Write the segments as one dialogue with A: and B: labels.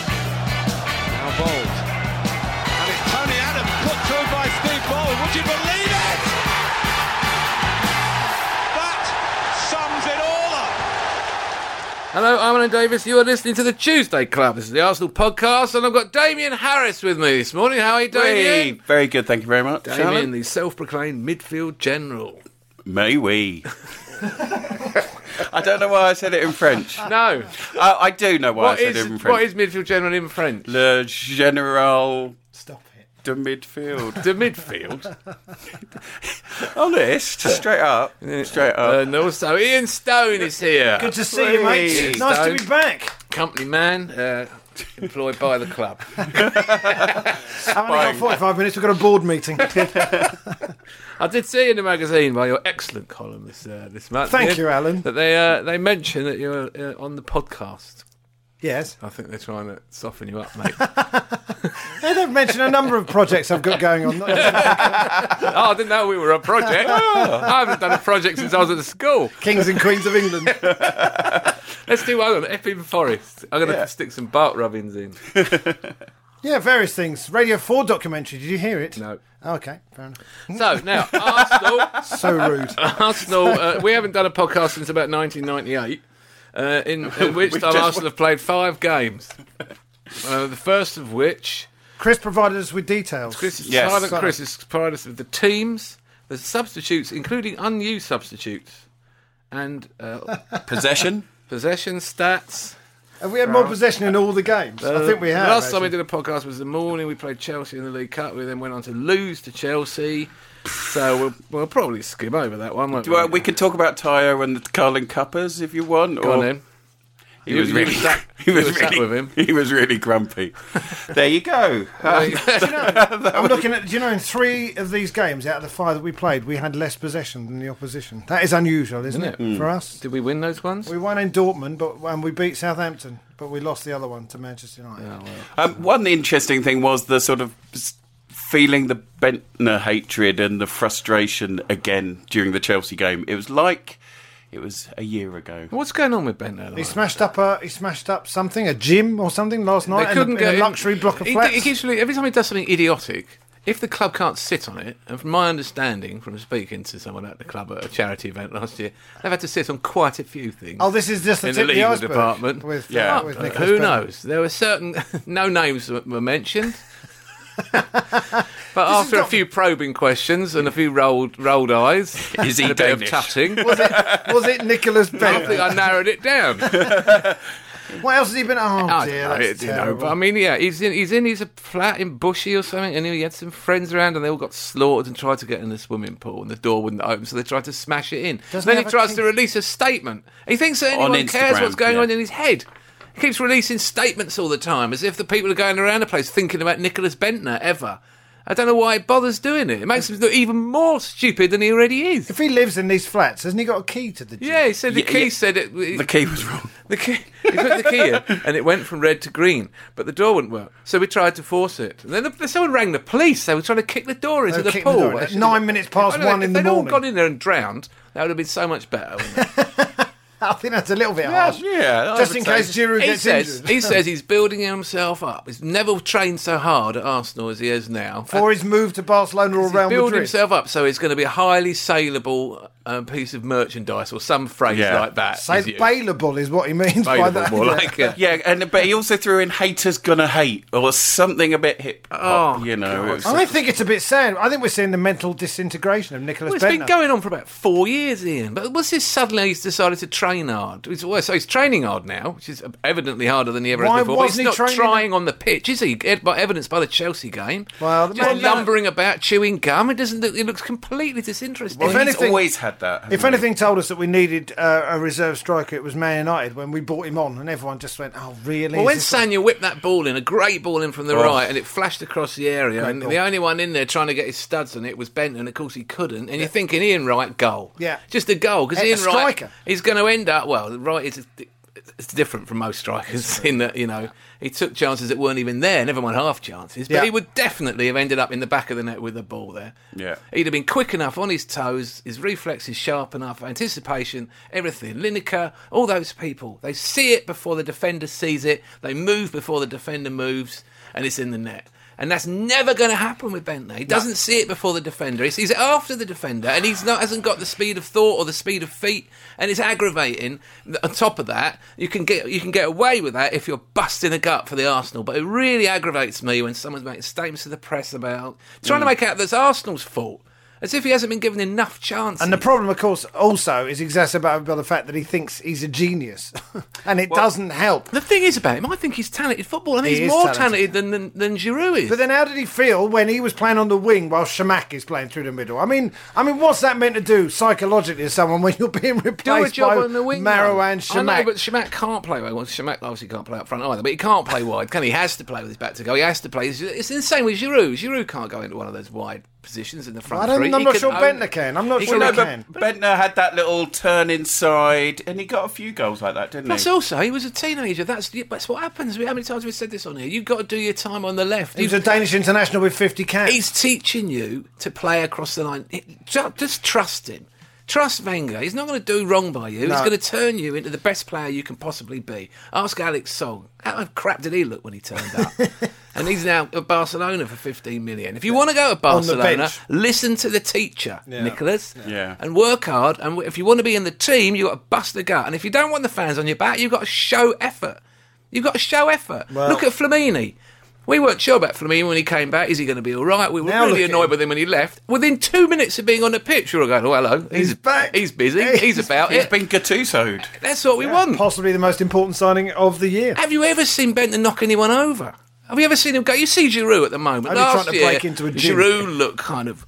A: Now Bold. And it's Tony Adams put through by Steve Bold. Would you believe it? That sums it all up.
B: Hello, I'm Alan Davis. You are listening to the Tuesday Club. This is the Arsenal podcast, and I've got Damien Harris with me this morning. How are you, Damien?
C: Very good, thank you very much.
B: Damien, the self-proclaimed midfield general.
C: May we? I don't know why I said it in French. I,
B: No,
C: I do know why
B: what
C: I said
B: is
C: it in French.
B: what is midfield general in French? The
C: Le General. Stop it. De midfield.
B: midfield,
C: Honest, straight up, straight up.
B: and also Ian Stone is here.
D: Good to see you, mate.
B: Hey,
D: nice
B: Stone.
D: to be back.
B: company man. Uh, employed by the club.
D: I've only got 45 minutes. We've got a board meeting.
B: I did see in the magazine by your excellent column this uh, this month.
D: Thank
B: Ian,
D: you, Alan.
B: That they uh, they mention that you're uh, on the podcast.
D: yes.
B: I think they're trying to soften you up, mate.
D: They don't mention a number of projects I've got going on.
B: Oh, I didn't know we were a project. Oh, I haven't done a project since I was at school.
D: Kings and Queens of England.
B: Let's do one on Epping Forest. I'm going to stick some Bart rubbings in.
D: Yeah, various things. Radio 4 documentary. Did you hear it? Oh,
B: No.
D: Okay, fair enough.
B: So now Arsenal,
D: So rude.
B: Arsenal. Uh, we haven't done a podcast since about 1998. Uh, in, in which
C: We've
B: time
C: just-
B: Arsenal have played five games. Uh, the first of which,
D: Chris provided us with details.
B: Chris,
C: Yes.
B: Silent Chris has provided us with the teams, the substitutes, including unused substitutes, and uh,
C: Possession.
B: possession stats.
D: Have we had more possession in all the games? I think we have.
B: The Uh, last time we
D: actually.
B: did a podcast was the morning we played Chelsea in the League Cup. We then went on to lose to Chelsea. So we'll, we'll probably skim over that one. Won't
C: Well, we can talk about Tyre and the Carlin Cuppers if you want.
B: Go on
C: or-
B: then.
C: He
B: You-
C: was
B: you
C: really.
B: was sat-
C: he
B: you
C: was
B: was sat
C: really.
B: with him.
C: He was really grumpy. there you go. Uh,
D: I'm looking at, do you know, in three of these games out of the five that we played, we had less possession than the opposition. That is unusual, isn't,
B: Isn't Mm.
D: it, for us?
B: Did we win those ones?
D: We won in Dortmund, but and we beat Southampton, but we lost the other one to Manchester United.
C: Um, one interesting thing was the sort of s- feeling the Bentner hatred and the frustration again during the Chelsea game. It was like it was a year ago.
B: What's going on with Bentner?
D: He smashed up a he smashed up something a gym or something last night. in a- in a,
B: in.
D: luxury block of
B: He-
D: flats.
B: He, keeps really- every time he does something idiotic, if the club can't sit on it, and from my understanding from speaking to someone at the club at a charity event last year, they've had to sit on quite a few things.
D: oh, this is just the
B: in the
D: tip of the
B: legal
D: iceberg
B: department.
D: With,
C: Yeah.
D: yeah. with
B: Uh,
D: Nicholas
B: who
D: Pepe.
B: knows? There were certain no names were were mentioned. but
D: is
B: after a
D: not-
B: few probing questions and a few rolled rolled eyes
C: Is he
B: and a bit of
C: Danish?
B: tutting,
D: Was it, was it Nicholas
B: I think
D: Pepe?
B: I narrowed it down.
D: What else has he been? Oh,
B: I
D: dear,
B: don't know,
D: that's
B: you know,
D: terrible.
B: but I mean, yeah, he's in he's in his flat in Bushy or something, and he had some friends around, and they all got slaughtered and tried to get in the swimming pool, and the door wouldn't open, so they tried to smash it in.
D: Doesn't
B: then
D: he
B: he
D: have a
B: tries
D: king?
B: to release a statement. He thinks that
C: On
B: anyone cares
C: Instagram,
B: what's going
C: yeah.
B: on in his head. He keeps releasing statements all the time, as if the people are going around the place thinking about Nicholas Bentner ever. I don't know why he bothers doing it. It makes him look even more stupid than he already is.
D: if he lives in these flats, hasn't he got a key to the gym?
B: Yeah, he said the
C: Yeah,
B: key
C: yeah.
B: said it.
C: The key was wrong.
B: The key, he put the key in, and it went from red to green, but the door wouldn't work. So we tried to force it. And then the, someone rang the police. They were trying to kick the door into
D: were
B: the
D: kicking the
B: pool.
D: door in.
B: They
D: At
B: should-
D: nine minutes past
B: If they'd-
D: one in the
B: If they'd all
D: morning.
B: gone in there and drowned, that would have been so much better. wouldn't it?
D: I think that's a little bit
B: Oh,
D: harsh.
C: yeah, I
D: Just
C: would
D: in
C: say-
D: case Giroud
B: He
D: gets
B: says,
D: injured.
B: he says he's building himself up. He's never trained so hard at Arsenal as he has now.
D: For his move to Barcelona or Real
B: He's build
D: Madrid.
B: himself up so it's going to be a highly saleable um, piece of merchandise or some phrase
C: Yeah.
B: like that.
D: Say
B: is used.
D: bailable is what he means by
B: Bailable,
D: that.
B: more like it.
C: Yeah, and but he also threw in "haters gonna hate" or something a bit hip hop.
B: Oh,
C: you know, it was-
D: I think it's a bit sad. I think we're seeing the mental disintegration of Nicholas
B: Well, it's been
D: Bentner.
B: going on for about four years, Ian. But what's this? Suddenly he's decided to train hard. He's, well, so he's training hard now, which is evidently harder than he ever
D: Why
B: has before. But
D: wasn't he
B: he's not
D: training-
B: trying on the pitch, is he? Ed- By evidence by the Chelsea game.
D: Well, the
B: just
D: man-
B: lumbering about, chewing gum. It doesn't. Look, it looks completely disinterested.
D: Well,
C: he's
D: if anything-
C: always had that. hasn't
D: If
C: he?
D: anything told us that we needed uh, a reserve striker, it was Man United when we bought him on, and everyone just went, "Oh, really?"
B: Well,
D: Is
B: when
D: this-
B: Sanya whipped that ball in, a great ball in from the right, and it flashed across the area,
D: Oh. Great
B: and
D: ball.
B: the only one in there trying to get his studs on it was Benton. Of course, he couldn't. And you're thinking Ian Wright goal,
D: Yeah.
B: just a goal because
D: A- a
B: Ian Wright
D: striker.
B: is going to end up well. Wright is it's different from most strikers in that you know he took chances that weren't even there, never mind half chances. But
D: Yeah.
B: he would definitely have ended up in the back of the net with the ball there.
C: Yeah.
B: he'd have been quick enough on his toes, his reflexes sharp enough, anticipation, everything. Lineker, all those people, they see it before the defender sees it. They move before the defender moves, and it's in the net. And that's never going to happen with Bentley. He doesn't see it before the defender. He sees it after the defender, and he's not hasn't got the speed of thought or the speed of feet, and it's aggravating. On top of that, you can get you can get away with that if you're busting a gut for the Arsenal. But it really aggravates me when someone's making statements to the press about trying to make out that it's Arsenal's fault, as if he hasn't been given enough chances.
D: And the problem, of course, also is exacerbated by the fact that he thinks he's a genius, and it doesn't help.
B: The thing is about him, I think he's talented footballer. I mean,
D: He
B: he's
D: is
B: more talented,
D: talented.
B: than, than than Giroud is.
D: But then, how did he feel when he was playing on the wing while Shamak is playing through the middle? I mean, I mean, what's that meant to do psychologically to someone when you're being
B: do a
D: replaced by
B: job on the wing.
D: Marouane
B: though. I know,
D: Shamak?
B: but Shamak can't play wide. Well, Shamak obviously can't play up front either, but he can't play wide, can he? He has to play with his back to go. He has to play. It's it's the same with Giroud. Giroud can't go into one of those wide positions in the front
D: I don't-
B: three.
D: I'm
B: He
D: not
B: can
D: sure
B: own-
D: Bentner can. I'm not
B: he
D: sure
B: can
D: he
B: own-
D: can.
C: Bentner had that little turn inside, and he got a few goals like that, didn't
B: That's
C: he?
B: also he was a teenager. That's that's what happens. How many times have we said this on here? You've got to do your time on the left.
D: he was
B: You-
D: a Danish international with 50 caps.
B: He's teaching you to play across the line. It- ju- Just trust him. Trust Wenger. He's not going to do wrong by you. He's
D: No.
B: going to turn you into the best player you can possibly be. Ask Alex Song. How the crap did he look when he turned up? and he's now at Barcelona for 15 million. If you want to go to
D: the
B: Barcelona,
D: bench.
B: listen to the teacher, Nicholas.
C: Yeah.
B: And work hard. And if you want to be in the team, you've got to bust the gut. And if you don't want the fans on your back, you've got to show effort. You've got to show effort. Look at Flamini. We weren't sure about Flamini when he came back. Is he going to be all right? We were
D: Now
B: really
D: look at
B: annoyed
D: him.
B: with him when he left. Within two minutes of being on the pitch, we were all going, "Oh, hello, he's,
D: back.
B: He's busy. He's,
D: He's-
B: about
C: He's
B: it.
C: been Gattuso'd.
B: That's what we want."
D: Possibly the most important signing of the year.
B: Have you ever seen Benton knock anyone over? Have you ever seen him go? You see Giroud at the moment.
D: Only
B: Last
D: trying to
B: year,
D: break into a gym.
B: Giroud looked kind of.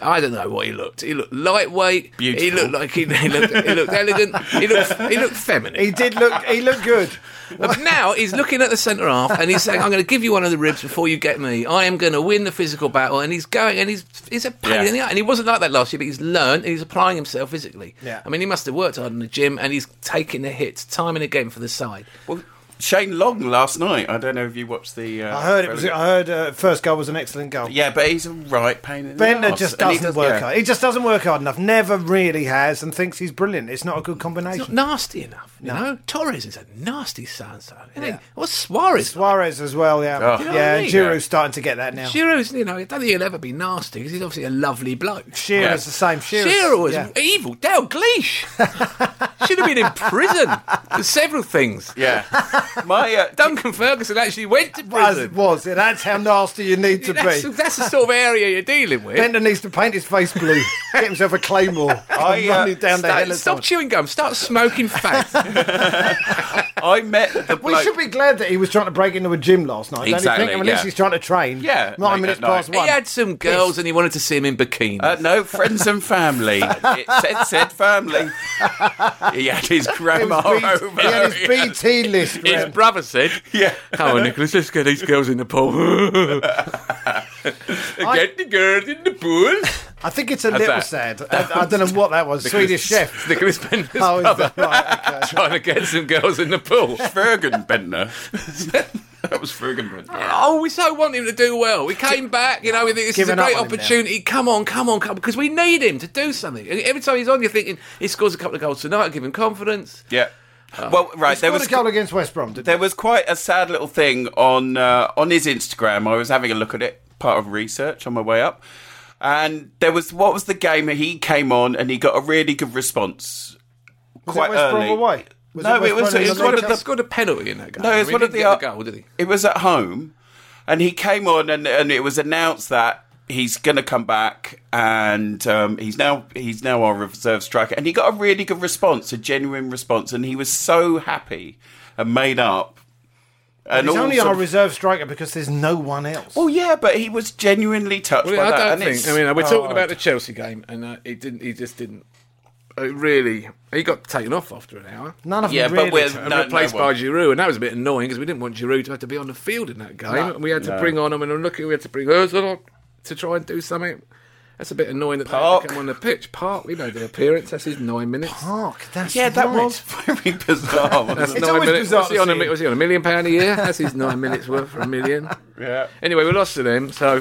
B: I don't know what he looked. He looked lightweight. He
C: Beautiful.
B: looked like he, he looked. He looked elegant. He looked. He looked feminine.
D: He did look. He looked good.
B: But now he's looking at the centre half and he's saying, "I'm going to give you one of the ribs before you get me. I am going to win the physical battle." And he's going and he's he's a pain
C: Yeah.
B: in the eye. And he wasn't like that last year, but he's learned and he's applying himself physically.
D: Yeah.
B: I mean, he must have worked hard in the gym and he's taking the hits time and again for the side.
C: Well, Shane Long last night. I don't know if you watched the. Uh,
D: I heard it was. I heard uh, first goal was an excellent goal.
C: Yeah, but he's a right pain in the
D: Bender
C: arse,
D: just
C: and he
D: doesn't work
C: yeah.
D: hard. He just doesn't work hard enough. Never really has, and thinks he's brilliant. It's not a good
B: He's
D: combination.
B: not nasty enough, you know. Torres is a nasty so-and-so. isn't he? What's Suarez? like?
D: Suarez as well. Yeah,
C: Oh. You
B: know what
D: yeah.
B: I mean?
D: Giroud's starting to get that now.
B: Giroud's, you know, I don't think he'll ever be nasty because he's obviously a lovely bloke.
D: Shearer's
C: Yeah.
D: the same. Shearer's,
B: Shearer was
D: yeah.
B: evil. Dalgleish should have been in prison for several things.
C: Yeah, my uh,
B: Duncan Ferguson actually went to
D: As it
B: prison.
D: was. Yeah, That's how nasty you need to
B: That's,
D: be.
B: that's the sort of area you're dealing with.
D: Bender needs to paint his face blue. get himself a claymore.
C: I,
D: I'm
C: uh,
D: running down the
B: Stop,
D: hill. at
B: stop
D: time.
B: chewing gum. Start smoking fags.
C: I met the
D: We
C: bloke.
D: should be glad that he was trying to break into a gym last night. don't you
C: Exactly,
D: think? I mean, At least
C: yeah.
D: he's trying to train.
C: Yeah,
D: Not
C: late
D: a minute
C: at night.
D: past
B: he
D: one.
B: had some girls and he wanted to see him in bikini.
C: Uh, no, friends and family. it said, said family. he had his
D: He
C: grandma
D: was B-
C: over.
D: he had his
C: Yeah.
D: BT list.
B: His
D: round.
B: brother said,
C: Yeah.
B: Come on, Nicholas, let's get these girls in the pool. get the girls in the pool.
D: I think it's a little
C: that.
D: sad. I, I don't know what that was. Swedish chef.
B: Nicholas Bender's
D: Oh, is
B: brother
D: that right? Okay.
B: trying to get some girls in the pool.
C: Fergan Bentner. that was Frugenbrand.
B: Oh, we so want him to do well. We came back, you know, we think this is a
D: Giving up
B: great
D: on him now.
B: opportunity. Come on, come on, come because we need him to do something. And Every time he's on, you're thinking he scores a couple of goals tonight, give him confidence.
C: Yeah.
D: Oh.
C: Well, right. There
D: Got
C: was
D: a goal against West Brom, didn't
C: there was quite a sad little thing on uh, on his Instagram. I was having a look at it, part of research on my way up, and there was what was the game that he came on and he got a really good response.
D: was
C: quite
D: it West
C: early.
D: Brom away? Was
C: No,
D: West
C: it was- it was
B: He
D: Brom in the
C: one of
B: scored, a,
D: League
C: the-
D: Cup?
B: scored a penalty in that game.
C: No, it's
B: He
C: one of
B: didn't
C: the,
B: get goal, did he?
C: It was at home, and he came on, and, and it was announced that he's going to come back, and um, he's now he's now our reserve striker, and he got a really good response, a genuine response, and he was so happy and made up. And
D: He's
C: all
D: only
C: sort
D: our
C: of-
D: reserve striker because there's no one else.
C: Well, Oh, yeah, but he was genuinely touched
B: Well,
C: by
B: I
C: that.
B: don't
C: and
B: think.
C: it's-
B: I mean, we're
C: oh,
B: talking about the Chelsea game, and uh, he didn't. He just didn't. It really, he got taken off after an hour.
D: None of
C: Yeah, but
D: them really.
C: we're-
D: touched.
B: and
C: No,
B: replaced
C: no
B: by
C: one.
B: Giroud, and that was a bit annoying because we didn't want Giroud to have to be on the field in that game. and we had to bring on him, and look, we had to bring Özil on to try and do something. That's a bit annoying that they
C: Park.
B: had to come on the pitch. Park, we know the appearance. That's his nine minutes.
D: Mark, that's
C: Yeah, that
D: right.
C: was very bizarre. wasn't
B: That's
C: it?
B: nine
D: always
B: minutes.
D: bizarre
B: Was he, on a,
D: to
B: mi-
D: see.
B: was he on a million pound a year? That's his nine minutes worth for a million.
C: Yeah.
B: Anyway, we lost to them, so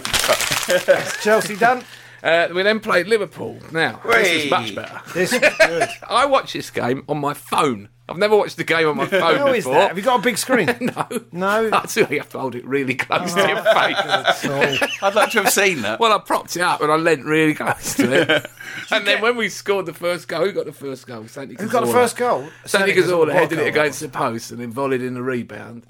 D: Chelsea done.
B: uh, we then played Liverpool. Now this is
C: Whey.
B: much better.
D: This is good.
B: I watch this game on my phone. I've never watched the game on my phone
D: How is
B: before.
D: that? Have you got a big screen? no. No.
B: That's why you have to hold it really close
D: Oh.
B: to your face.
C: I'd like to have seen that.
B: Well, I propped it up and I leant really close to it. and then when we scored the first goal, who got the first goal? Santi
D: Who got the
B: Cazorla.
D: first goal?
B: Santi
D: Santi Cazorla,
B: Cazorla
D: what
B: headed it
D: goal?
B: against the post and then volleyed in the rebound.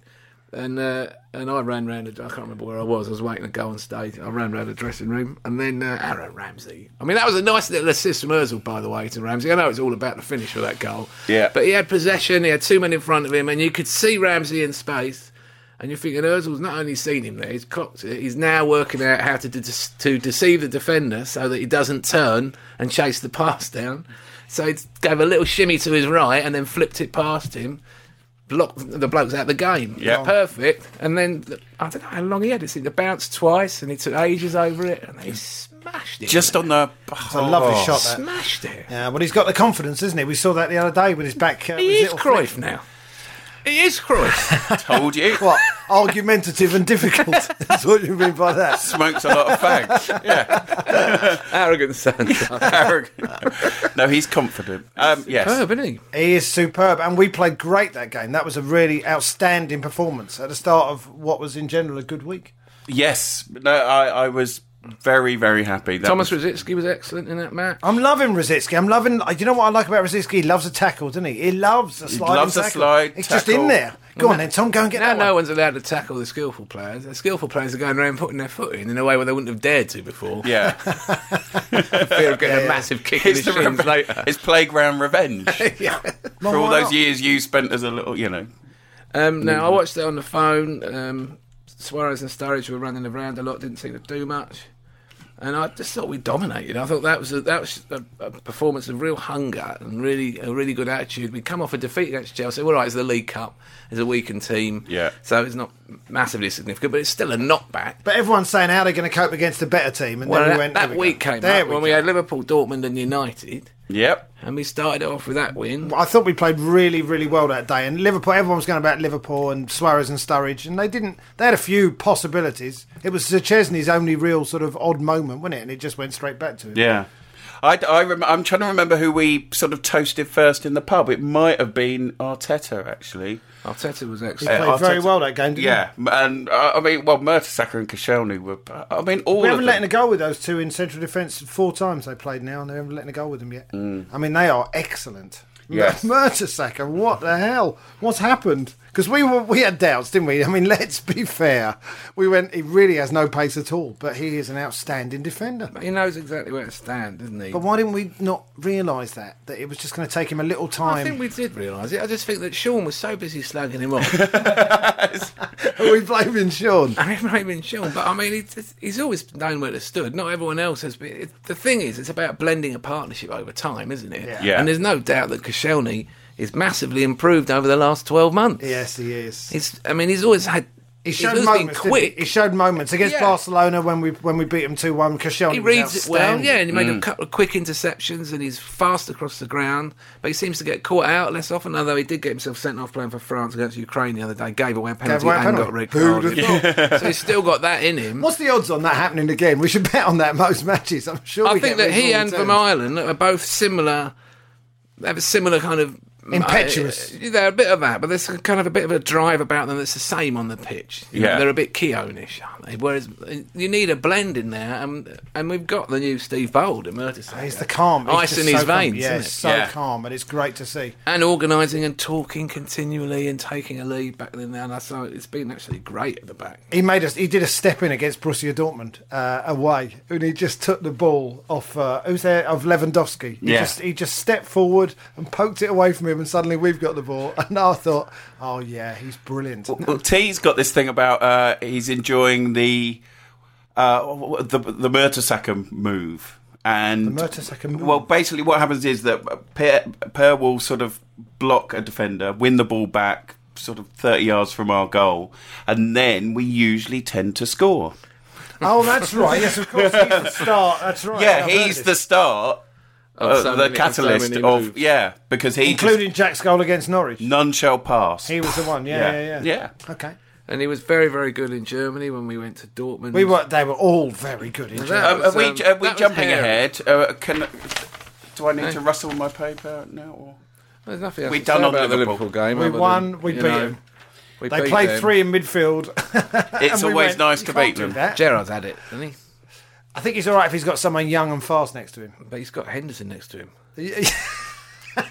B: And uh, and I ran round. The, I can't remember where I was. I was waiting to go on stage. I ran round the dressing room, and then uh, Aaron Ramsey. I mean, that was a nice little assist from Özil, by the way, to Ramsey. I know it's all about the finish for that goal.
C: Yeah.
B: But he had possession. He had two men in front of him, and you could see Ramsey in space. And you're thinking Özil's not only seen him there, he's clocked it. He's now working out how to de- to deceive the defender so that he doesn't turn and chase the pass down. So he gave a little shimmy to his right and then flipped it past him blocked the blokes out of the game.
C: Yeah.
B: Perfect. And then the- I don't know how long he had it. It seemed to bounce twice and he took ages over it and he smashed it.
C: Just on the. Oh,
D: It's a lovely shot. That.
B: smashed it.
D: Yeah, Uh, well, he's got the confidence, isn't he? We saw that the other day with his back. Uh, with
B: He
D: his
B: is
D: little
B: Cruyff now. He is Cruyff.
C: told you.
D: What? Argumentative and difficult. That's what you mean by that.
C: Smokes a lot of fags. Yeah.
B: Arrogant son.
C: Arrogant. no, he's confident. Um, yes.
B: Herb, isn't he?
D: He is superb, and we played great that game. That was a really outstanding performance at the start of what was in general a good week.
C: Yes. No, I, I was very, very happy. That
B: Thomas
C: was,
B: Rosicki was excellent in that match.
D: I'm loving Rosicki. I'm loving. uh, You know what I like about Rosicki? He loves a tackle, doesn't he? He loves a slide.
C: loves a
D: tackle.
C: slide,
D: It's just
C: tackle.
D: in there. Go on then, Tom. Go and get
B: Now
D: that
B: no
D: one.
B: one's allowed to tackle the skillful players. The skillful players are going around putting their foot in in a way where they wouldn't have dared to before.
C: yeah.
B: Fear of getting a massive kick in
C: It's,
B: his
C: the
B: shins
C: re-
B: later.
C: it's playground revenge for all
D: why
C: those
D: not?
C: years you spent as a little, you know.
B: Um, now I watched it on the phone. Um, Suarez and Sturridge were running around a lot, didn't seem to do much, and I just thought we dominated. I thought that was a, that was a, a performance of real hunger and really a really good attitude. We come off a defeat against Chelsea. All right, it's the League Cup, it's a weakened team,
C: Yeah.
B: So it's not massively significant, but it's still a knockback.
D: But everyone's saying how they're going to cope against the better team, and
B: Well,
D: then we
B: that,
D: went
B: that
D: there we go.
B: week came
D: there
B: up when
D: we
B: we
D: go.
B: had Liverpool, Dortmund, and United,
C: Yep.
B: and we started it off with that win.
D: I thought we played really, really well that day. And Liverpool, everyone was going about Liverpool and Suarez and Sturridge, and they didn't. They had a few possibilities. It was Chesney's only real sort of odd moment, wasn't it? And it just went straight back to him.
C: Yeah. I, I rem- I'm trying to remember who we sort of toasted first in the pub. It might have been Arteta, actually.
B: Arteta was
D: He
B: excellent.
D: played very
C: Arteta-
D: well that game, didn't
C: Yeah. And, uh, I mean, well, Mertesacker and Koscielny were, uh, I mean, all
D: he? We
C: of
D: haven't
C: them.
D: let in a goal with those two in central defence four times they played now, and they haven't let in a goal with them yet. I mean, they are excellent.
C: Mm. Yes.
D: Mertesacker, what the hell? What's happened? Because we were we had doubts, didn't we? I mean, let's be fair. We went. He really has no pace at all, but he is an outstanding defender.
B: He knows exactly where to stand, doesn't he?
D: But why didn't we not realise that? That it was just going to take him a little
B: I think
D: time.
B: we did realise it. I just think that Sean was so busy slagging him off.
D: Are we blaming Sean?
B: I mean, not even Sean, but I mean, he's, he's always known where to stood. Not everyone else has been. It, the thing is, it's about blending a partnership over time, isn't it?
D: Yeah.
C: Yeah.
B: And there's no doubt that Koscielny is massively improved over the last 12 months.
D: Yes, he is.
B: He's, I mean, he's always had
D: He
B: does
D: showed
B: been
D: moments. didn't
B: quick.
D: He? he showed moments against
B: Yeah.
D: Barcelona when we when we beat them two one. Koscielny
B: He
D: was
B: reads it well,
D: outstanding.
B: yeah, and he made a couple of quick interceptions, and he's fast across the ground. But he seems to get caught out less often, although he did get himself sent off playing for France against Ukraine the other day. Gave away a penalty
D: away a
B: and
D: penalty.
B: got red
D: Who'd
B: carded. so he's still got that in him.
D: What's the odds on that happening again? We should bet on that most matches. I'm sure.
B: I
D: we
B: think
D: get
B: that he
D: these all
B: and
D: the
B: Van
D: time.
B: Island are both similar. They have a similar kind of
D: Impetuous.
B: Uh, they're a bit of that, but there's kind of a bit of a drive about them that's the same on the pitch. You know,
C: Yeah.
B: they're a bit Keonish, aren't they? Whereas uh, you need a blend in there, and and we've got the new Steve Bold at Merseyside.
D: Ah, He's the calm. He's
B: ice
D: just
B: in his
D: so calm.
B: veins,
D: Yeah,
B: isn't
D: he's
B: it?
D: so
C: Yeah.
D: calm, and it's great to see.
B: and organising and talking continually and taking a lead back then. And so it's been actually great at the back.
D: He made us. He did a step in against Borussia Dortmund uh, away, and he just took the ball off. Uh, who's there? Of Lewandowski. He
C: Yeah.
D: just He just stepped forward and poked it away from him, and suddenly we've got the ball. And I thought, oh yeah, he's brilliant.
C: Well, T's got this thing about uh, he's enjoying the uh, the the Mertesacker move and
D: The Mertesacker move.
C: Well, basically, what happens is that Per, per will sort of block a defender, win the ball back, sort of thirty yards from our goal, and then we usually tend to score.
D: oh, that's right. Yes, of course. He's the start. That's right.
C: yeah,
D: I've
C: he's
D: heard
C: the
D: this.
C: start, uh,
B: so
C: the
B: many- of so
C: catalyst
B: many
C: of
B: moves.
C: yeah, because he just,
D: including Jack's goal against Norwich.
C: none shall pass.
D: He was the one. Yeah, yeah, yeah.
C: yeah.
D: Okay.
B: And he was very, very good in Germany when we went to Dortmund.
D: We were. They were all very good. In
B: that-
D: general.
C: Um, are
B: was,
C: we,
B: um,
C: are we
B: that was
C: jumping
B: hairy.
C: ahead? Uh, can, do I need to rustle my paper now? Or?
B: There's nothing else
C: We
B: to
C: done
B: say
C: on
B: about the
C: Liverpool.
B: Liverpool game.
D: we
B: other
D: won.
B: than,
D: We
B: you
D: beat
B: know,
D: them.
B: we
D: They
B: beat
D: played
B: them.
D: three in midfield.
C: It's
D: Uh, and we
C: always
D: went,
C: nice
D: "You
C: to
D: can't
C: beat
D: do
C: them.
D: that."
B: Gerrard's had it, hasn't he?
D: I think he's all right if he's got someone young and fast next to him.
B: But he's got Henderson next to him.
D: it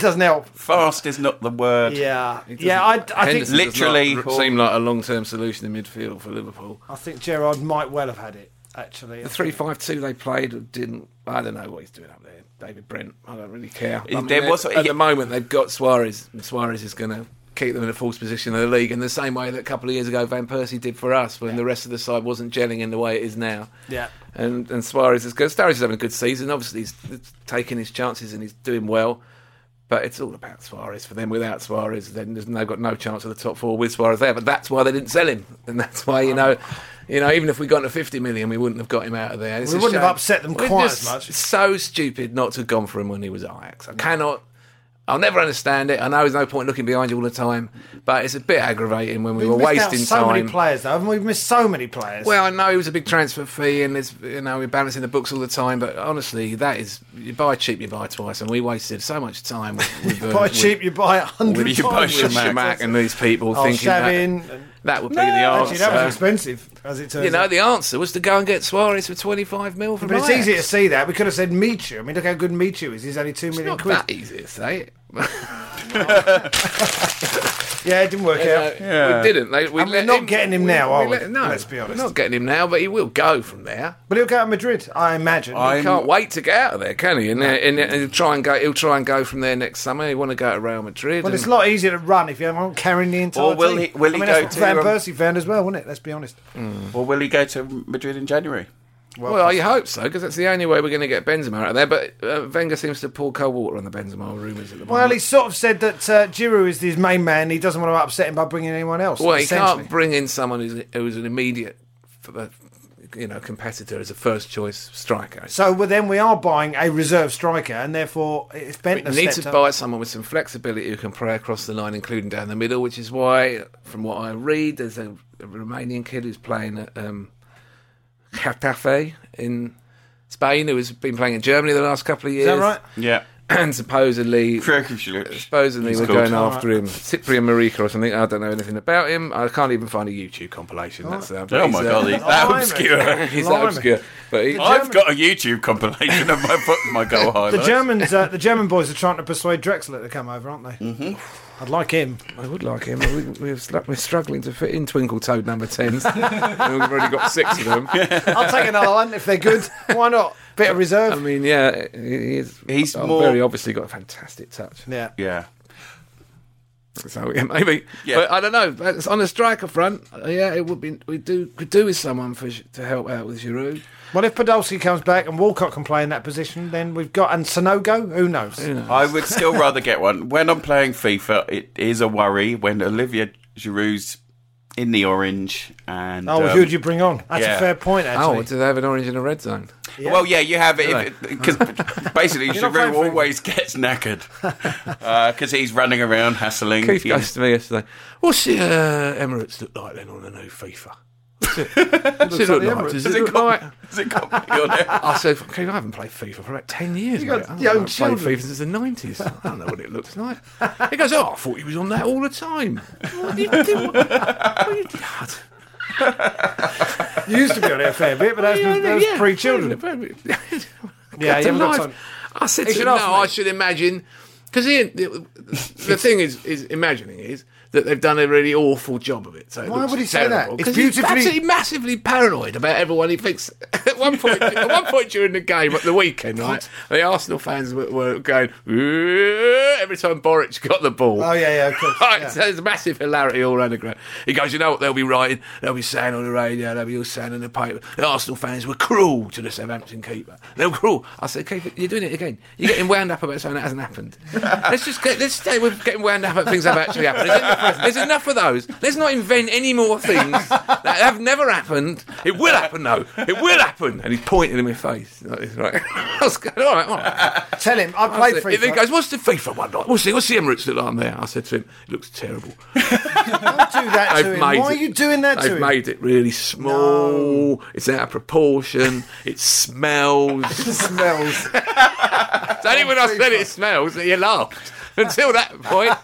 D: doesn't help.
C: Fast is not the word.
D: Yeah, yeah. I, I think
B: Henderson does not
C: Literally-
B: r- seem like a long-term solution in midfield for Liverpool.
D: I think Gerard might well have had it. Actually,
B: The three-five-two they played didn't. I don't know what he's doing up there, David Brent. I don't really care. I
C: There was-
B: at the moment they've got Suarez. and Suarez is going to keep them in a false position in the league in the same way that a couple of years ago Van Persie did for us when the rest of the side wasn't gelling in the way it is now.
D: Yeah.
B: And and Suarez is good. Suarez is having a good season. Obviously he's taking his chances and he's doing well. But it's all about Suarez for them. Without Suarez, then there's- they've got no chance of the top four with Suarez there. But that's why they didn't sell him, and that's why you know, you know, even if we got into 50 million, we wouldn't have got him out of there. It's
D: We
B: a
D: wouldn't have
B: shame.
D: upset them
B: We're
D: quite
B: just
D: as much.
B: So stupid not to have gone for him when he was at Ajax. I cannot. I'll never understand it. I know there's no point looking behind you all the time, but it's a bit aggravating when we, were
D: We've missed out
B: wasting
D: so
B: time.
D: many players, though. Haven't we missed so many players?
B: Well, I know it was a big transfer fee, and it's you know we're balancing the books all the time. But honestly, that is you buy cheap, you buy twice, and we wasted so much time. With, with, uh,
D: buy
B: with-
D: cheap, you buy a hundred.
C: You buy
D: times.
C: Schumacher.
B: Schumacher and these people
D: Oh,
B: thinking
D: Shavin.
B: that, that would be the
D: Actually, that was
B: answer.
D: expensive, as it turns
B: You know,
D: out.
B: the answer was to go and get Suarez for 25 mil from
D: But it's
B: Ajax.
D: easy to see that. We could have said Michu. I mean, look how good Michu is. He's only two
B: It's
D: million
B: not
D: quid.
B: that easy to say it.
D: Yeah, it didn't work out.
B: uh, We didn't. They, we
D: And we're
B: let
D: not
B: him-
D: getting him now, are we?
B: let- no,
D: Let's be honest.
B: We're not getting him now, but he will go from there.
D: But he'll go to Madrid, I imagine.
B: He can't wait to get out of there, can he? And, uh, and, uh, he'll try and go. He'll try and go from there next summer. He want to go to Real Madrid.
D: Well,
B: and-
D: it's a lot easier to run if you're not carrying the entire
C: Or will
D: team.
C: he- will
D: I
C: he
D: mean,
C: go
D: that's what
C: to,
D: Van
C: um,
D: Persie found as well, wasn't it? Let's be honest.
C: Or will he go to Madrid in January?
B: Well, you hope so, because that's the only way we're going to get Benzema out of there. But uh, Wenger seems to pour cold water on the Benzema rumours at the moment.
D: Well, he sort of said that uh, Giroud is his main man. He doesn't want to upset him by bringing anyone else.
B: Well, you
D: essentially.
B: can't bring in someone who's, who's an immediate, for the, you know, competitor as a first choice striker. So
D: So well, then we are buying a reserve striker, and therefore it's
B: we
D: bent.
B: need to buy someone with some flexibility who can play across the line, including down the middle. Which is why, from what I read, there's a, a Romanian kid who's playing at um, Getafe in Spain, who has been playing in Germany the last couple of years.
D: Is that right?
C: Yeah.
B: And supposedly Supposedly
C: called.
B: we're going after him, Cyprian Marika or something. I don't know anything about him. I can't even find a YouTube compilation. That's uh, but
C: Oh
B: he's,
C: my
B: uh,
C: god, he's that
D: Blimey.
C: obscure.
B: he's that
D: Blimey.
B: obscure. But he,
C: I've got a YouTube compilation of my book, my goal highlights.
D: The Germans, uh, the German boys are trying to persuade Drexler to come over, aren't they? Mm-hmm. I'd like him.
B: I would like him. We, we're, stru- we're struggling to fit in Twinkle Toad number tens. and we've already got six of them.
D: I'll take another one if they're good. Why not? Bit of reserve.
B: I mean, yeah, he- he is,
C: He's
B: oh,
C: more-
B: very obviously got a fantastic touch.
D: yeah.
C: yeah.
B: So yeah, maybe,
C: Yeah.
B: but I don't know. But it's on the striker front, uh, yeah, it would be. We do could do with someone for, to help out with Giroud.
D: Well, if Podolski comes back and Walcott can play in that position, then we've got and Sonogo. Who knows?
C: I would still rather get one. When I'm playing FIFA, it is a worry when Olivia Giroud's in the orange, and
D: Oh, well,
C: um,
D: who would you bring on? That's
C: yeah.
D: a fair point, actually.
B: Oh, do they have an orange in a red zone?
C: Well, yeah, you have it because basically
D: not
C: Giroud
D: playing for-
C: always gets knackered because he's running around hassling.
B: Keith
C: you know.
B: goes to me yesterday. What's the uh, Emirates look like then on the new FIFA? What's it, what's it look
D: the
B: like?
D: Emirates.
B: Does
C: Has
B: it
C: it
B: look
C: got,
B: like?
C: has it got money on it?
B: I said, Keith, I haven't played FIFA for about 10 years.
D: got
B: mate. I haven't
D: young
B: played
D: children.
B: FIFA since the 90s. I don't know what it looks like. He goes, Oh, I thought he was on that all the time. What do you do? What do you do?
D: You used to be on it a fair bit, but that's, that's
B: Oh, yeah.
D: pre-children.
B: Yeah, you
D: Yeah, you haven't got time.
B: I said
D: He
B: to
D: should
B: him,
D: ask
B: no,
D: me."
B: I should imagine. Because the, the thing is, is imagining is that they've done a really awful job of it. So it
D: Why
B: looks
D: would he say that?
B: terrible.
D: It's
B: 'Cause he's
D: beautifully-
B: absolutely massively paranoid about everyone. He thinks at one point, at one point during the game at the weekend, right? The Arsenal fans were, were going "Ooh," every time Boric got the ball.
D: Oh, yeah, yeah, of course.
B: Right,
D: yeah.
B: so there's massive hilarity all around the ground. He goes, you know what they'll be writing? They'll be saying on the radio, they'll be all saying in the paper, the Arsenal fans were cruel to the Southampton keeper. They were cruel. I said, Keith, you're doing it again. You're getting wound up about something that hasn't happened. let's just get, let's stay with getting wound up about things that have actually happened. There's enough, there's enough of those. Let's not invent any more things that have never happened. It will happen, though. It will happen. And he's pointing in my face. Like this, right? I was going, all right, all right.
D: Tell him, I
B: I
D: played
B: said,
D: FIFA.
B: if he goes, what's the FIFA one like? What's the, what's the Emirates look like on there? I said to him, it looks terrible.
D: do that to
B: They've
D: him.
B: made
D: Why are
B: it-
D: you doing that to
B: They've
D: him?
B: made it really small. It's out of proportion. it smells.
D: smells.
B: It's only when I said it smells that you laughed. Until that point,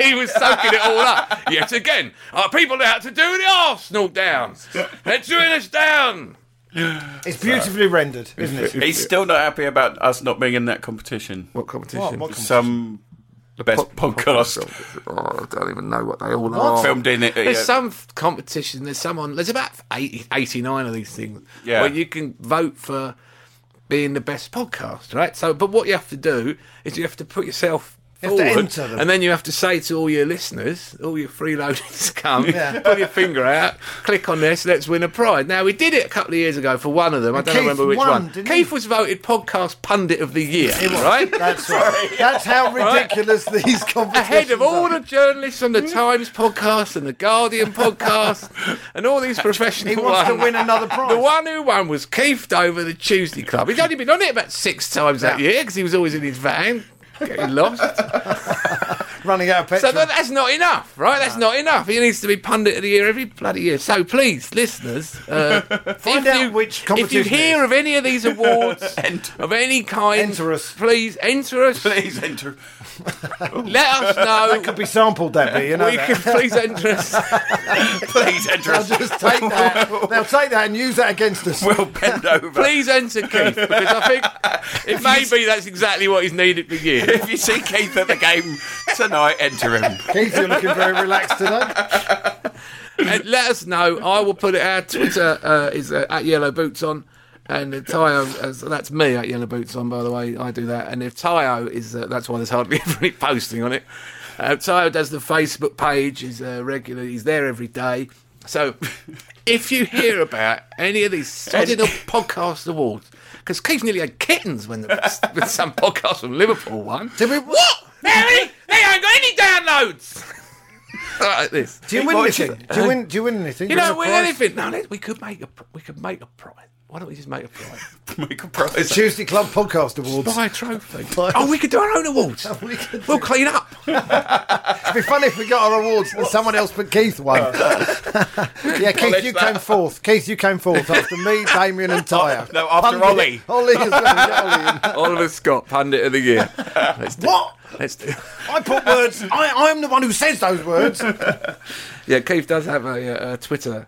B: he was soaking it all up. Yet again, our people out to do the Arsenal down. They're doing us down.
D: It's beautifully rendered, isn't it?
C: He's still not happy about us not being in that competition.
B: What competition?
D: What- what
C: Some best podcast
B: Oh, I don't even know what they all are.
C: filmed in it.
B: There's
C: yeah.
B: some f- competition. There's someone. There's about 80, 89 of these things.
C: Yeah.
B: Where you can vote for being the best podcast, right? So, but what you have to do is you have to put yourself.
D: have to
B: forward,
D: enter them.
B: And then you have to say to all your listeners, all your freeloaders come,
D: Yeah.
B: put your finger out, click on this, let's win a prize. Now, we did it a couple of years ago for one of them. I don't
D: Keith
B: remember which
D: won,
B: one.
D: didn't he?
B: Keith was voted Podcast Pundit of the Year, right?
D: That's right. That's how ridiculous these competitions
B: ahead of all the
D: are.
B: journalists on the Times podcast and the Guardian podcast and all these professional
D: He wants to
B: ones.
D: win another prize.
B: The one who won was Keefed over the Tuesday Club. He's only been on it about six times that year because he was always in his van. Getting lost.
D: running out of
B: So
D: petrol.
B: that- that's not enough, right? That's not enough. He needs to be pundit of the year every bloody year. So please, listeners, uh,
D: Find
B: if
D: out
B: you,
D: which
B: If
D: competition
B: you hear
D: it is.
B: of any of these awards of any kind,
D: Enter us.
B: Please enter us.
C: Please enter.
B: Let us know.
D: Could be sampled, Debbie. You know
B: we
D: that.
B: can please enter us.
C: Please enter.
D: They'll just take that. They'll take that and use that against us.
C: We'll bend over.
B: Please enter Keith because I think it may be that's exactly what he's needed for years.
C: If you see Keith at the game tonight, enter him.
D: Keith, you're looking very relaxed today.
B: And let us know. I will put it out. Twitter uh, is uh, at Yellow Boots on, and if Tyo, uh, so that's me at Yellow Boots on. By the way, I do that. And if Tyo is, uh, that's why there's hardly any posting on it. Uh, Tyo does the Facebook page. He's uh, regular. He's there every day. So if you hear about any of these sodding up podcast awards, because Keith nearly had kittens when the, with some podcast from Liverpool won.
D: Did we, what?
B: Mary, they ain't got any downloads. like this.
D: Do you win anything? Do you win? Do you win anything?
B: You
D: Win
B: don't
D: a
B: win
D: prize?
B: anything. No, let- we could make a pr- we could make a prize. Why don't we just make a prize?
C: Make a prize.
D: Tuesday Club Podcast Awards.
B: Buy a trophy. Oh, we could do our own awards.
D: we could
B: We'll clean up.
D: It'd be funny if we got our awards and someone else but Keith won. yeah, Keith, you came fourth. Keith, you came fourth after me, Damien,
B: Oh,
D: and Tyre.
C: No, after Ollie.
D: Ollie as well. yeah, Ollie.
B: Oliver Scott, pundit of the year. Let's do,
D: What?
B: Let's do.
D: I put words. I, I'm the one who says those words.
B: Yeah, Keith does have a, uh, uh Twitter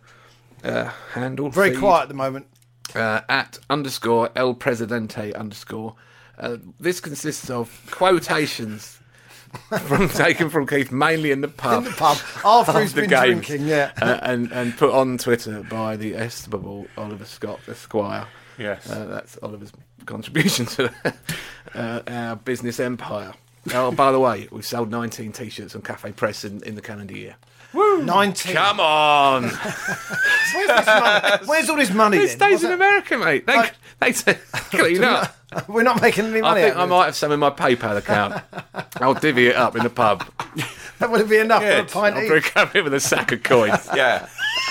B: uh, handle.
D: Very
B: feed.
D: quiet at the moment.
B: uh, at underscore El Presidente underscore. Uh, this consists of quotations from taken from Keith mainly in the pub.
D: In the pub after he's
B: after
D: been
B: games,
D: drinking. Yeah.
B: uh, and and put on Twitter by the estimable Oliver Scott Esquire.
C: Yes.
B: uh, that's Oliver's contribution to uh, our business empire. Oh, by the way, we've sold 19 t-shirts on Cafe Press in, in the calendar year.
D: Nineteen.
B: Come on,
D: Where's, this money? Where's all this money?
B: it
D: then?
B: stays
D: What's
B: in America, mate. They they say clean up.
D: that- We're not making any money.
B: I think
D: out
B: I
D: of this.
B: might have some in my PayPal account. I'll divvy it up in the pub.
D: That would be enough
C: Good.
D: for a pint
B: I'll
D: each.
B: break up it with a sack of coins.
C: Yeah.